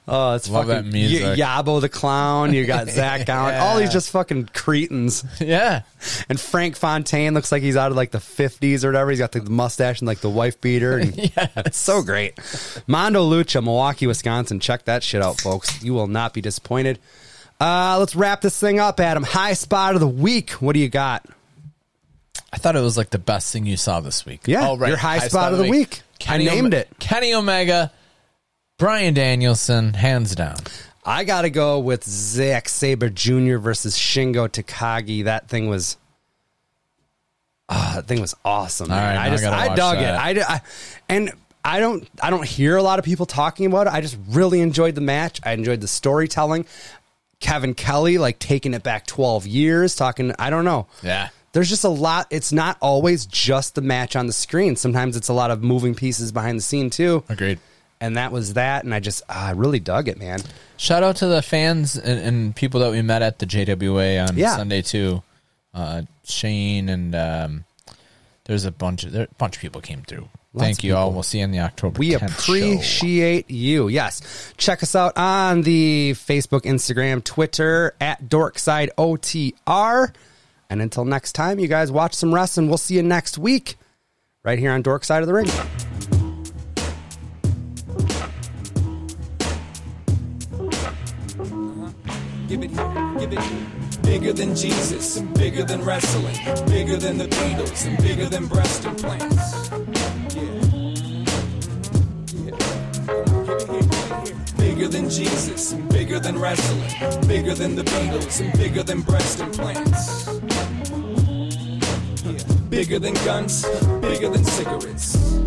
[SPEAKER 1] Oh, it's
[SPEAKER 2] Love
[SPEAKER 1] fucking
[SPEAKER 2] that music.
[SPEAKER 1] Y- Yabo the clown. You got Zach Allen. All these just fucking cretins.
[SPEAKER 2] yeah.
[SPEAKER 1] And Frank Fontaine looks like he's out of like the fifties or whatever. He's got the mustache and like the wife beater. And It's so great. Mondo Lucha, Milwaukee, Wisconsin. Check that shit out, folks. You will not be disappointed. Uh, let's wrap this thing up, Adam. High spot of the week. What do you got?
[SPEAKER 2] I thought it was like the best thing you saw this week. Oh,
[SPEAKER 1] Yeah, your high spot of the week. I named it.
[SPEAKER 2] Kenny Omega, Brian Danielson, hands down.
[SPEAKER 1] I gotta go with Zack Saber Jr. versus Shingo Takagi. That thing was, Ah, that thing was awesome. Man.
[SPEAKER 2] All right, now
[SPEAKER 1] I
[SPEAKER 2] I
[SPEAKER 1] just,
[SPEAKER 2] gotta
[SPEAKER 1] I,
[SPEAKER 2] watch
[SPEAKER 1] dug
[SPEAKER 2] that.
[SPEAKER 1] it. I, d- I- and I don't, I don't hear a lot of people talking about it. I just really enjoyed the match. I enjoyed the storytelling. Kevin Kelly, like taking it back twelve years, talking. I don't know.
[SPEAKER 2] Yeah.
[SPEAKER 1] There's just a lot. It's not always just the match on the screen. Sometimes it's a lot of moving pieces behind the scene too.
[SPEAKER 2] Agreed.
[SPEAKER 1] And that was that. And I just, ah, I really dug it, man.
[SPEAKER 2] Shout out to the fans and, and people that we met at the JWA on
[SPEAKER 1] Yeah.
[SPEAKER 2] Sunday too. Uh, Shane and um, there's a bunch of there, a bunch of people came through. Thank you all. We'll see you in the October.
[SPEAKER 1] We
[SPEAKER 2] 10th show.
[SPEAKER 1] appreciate you. Yes. Check us out on the Facebook, Instagram, Twitter at Dorkside OTR. And until next time, you guys watch some wrestling. We'll see you next week right here on Dork Side of the Ring.
[SPEAKER 7] Give it here, give it here. Bigger than Jesus and bigger than wrestling. Bigger than the Beatles and bigger than breast implants. Yeah. Yeah. Come on, give it here, give it here. Bigger than Jesus and bigger than wrestling. Bigger than the Beatles and bigger than breast implants. Yeah. Bigger than guns, bigger than cigarettes.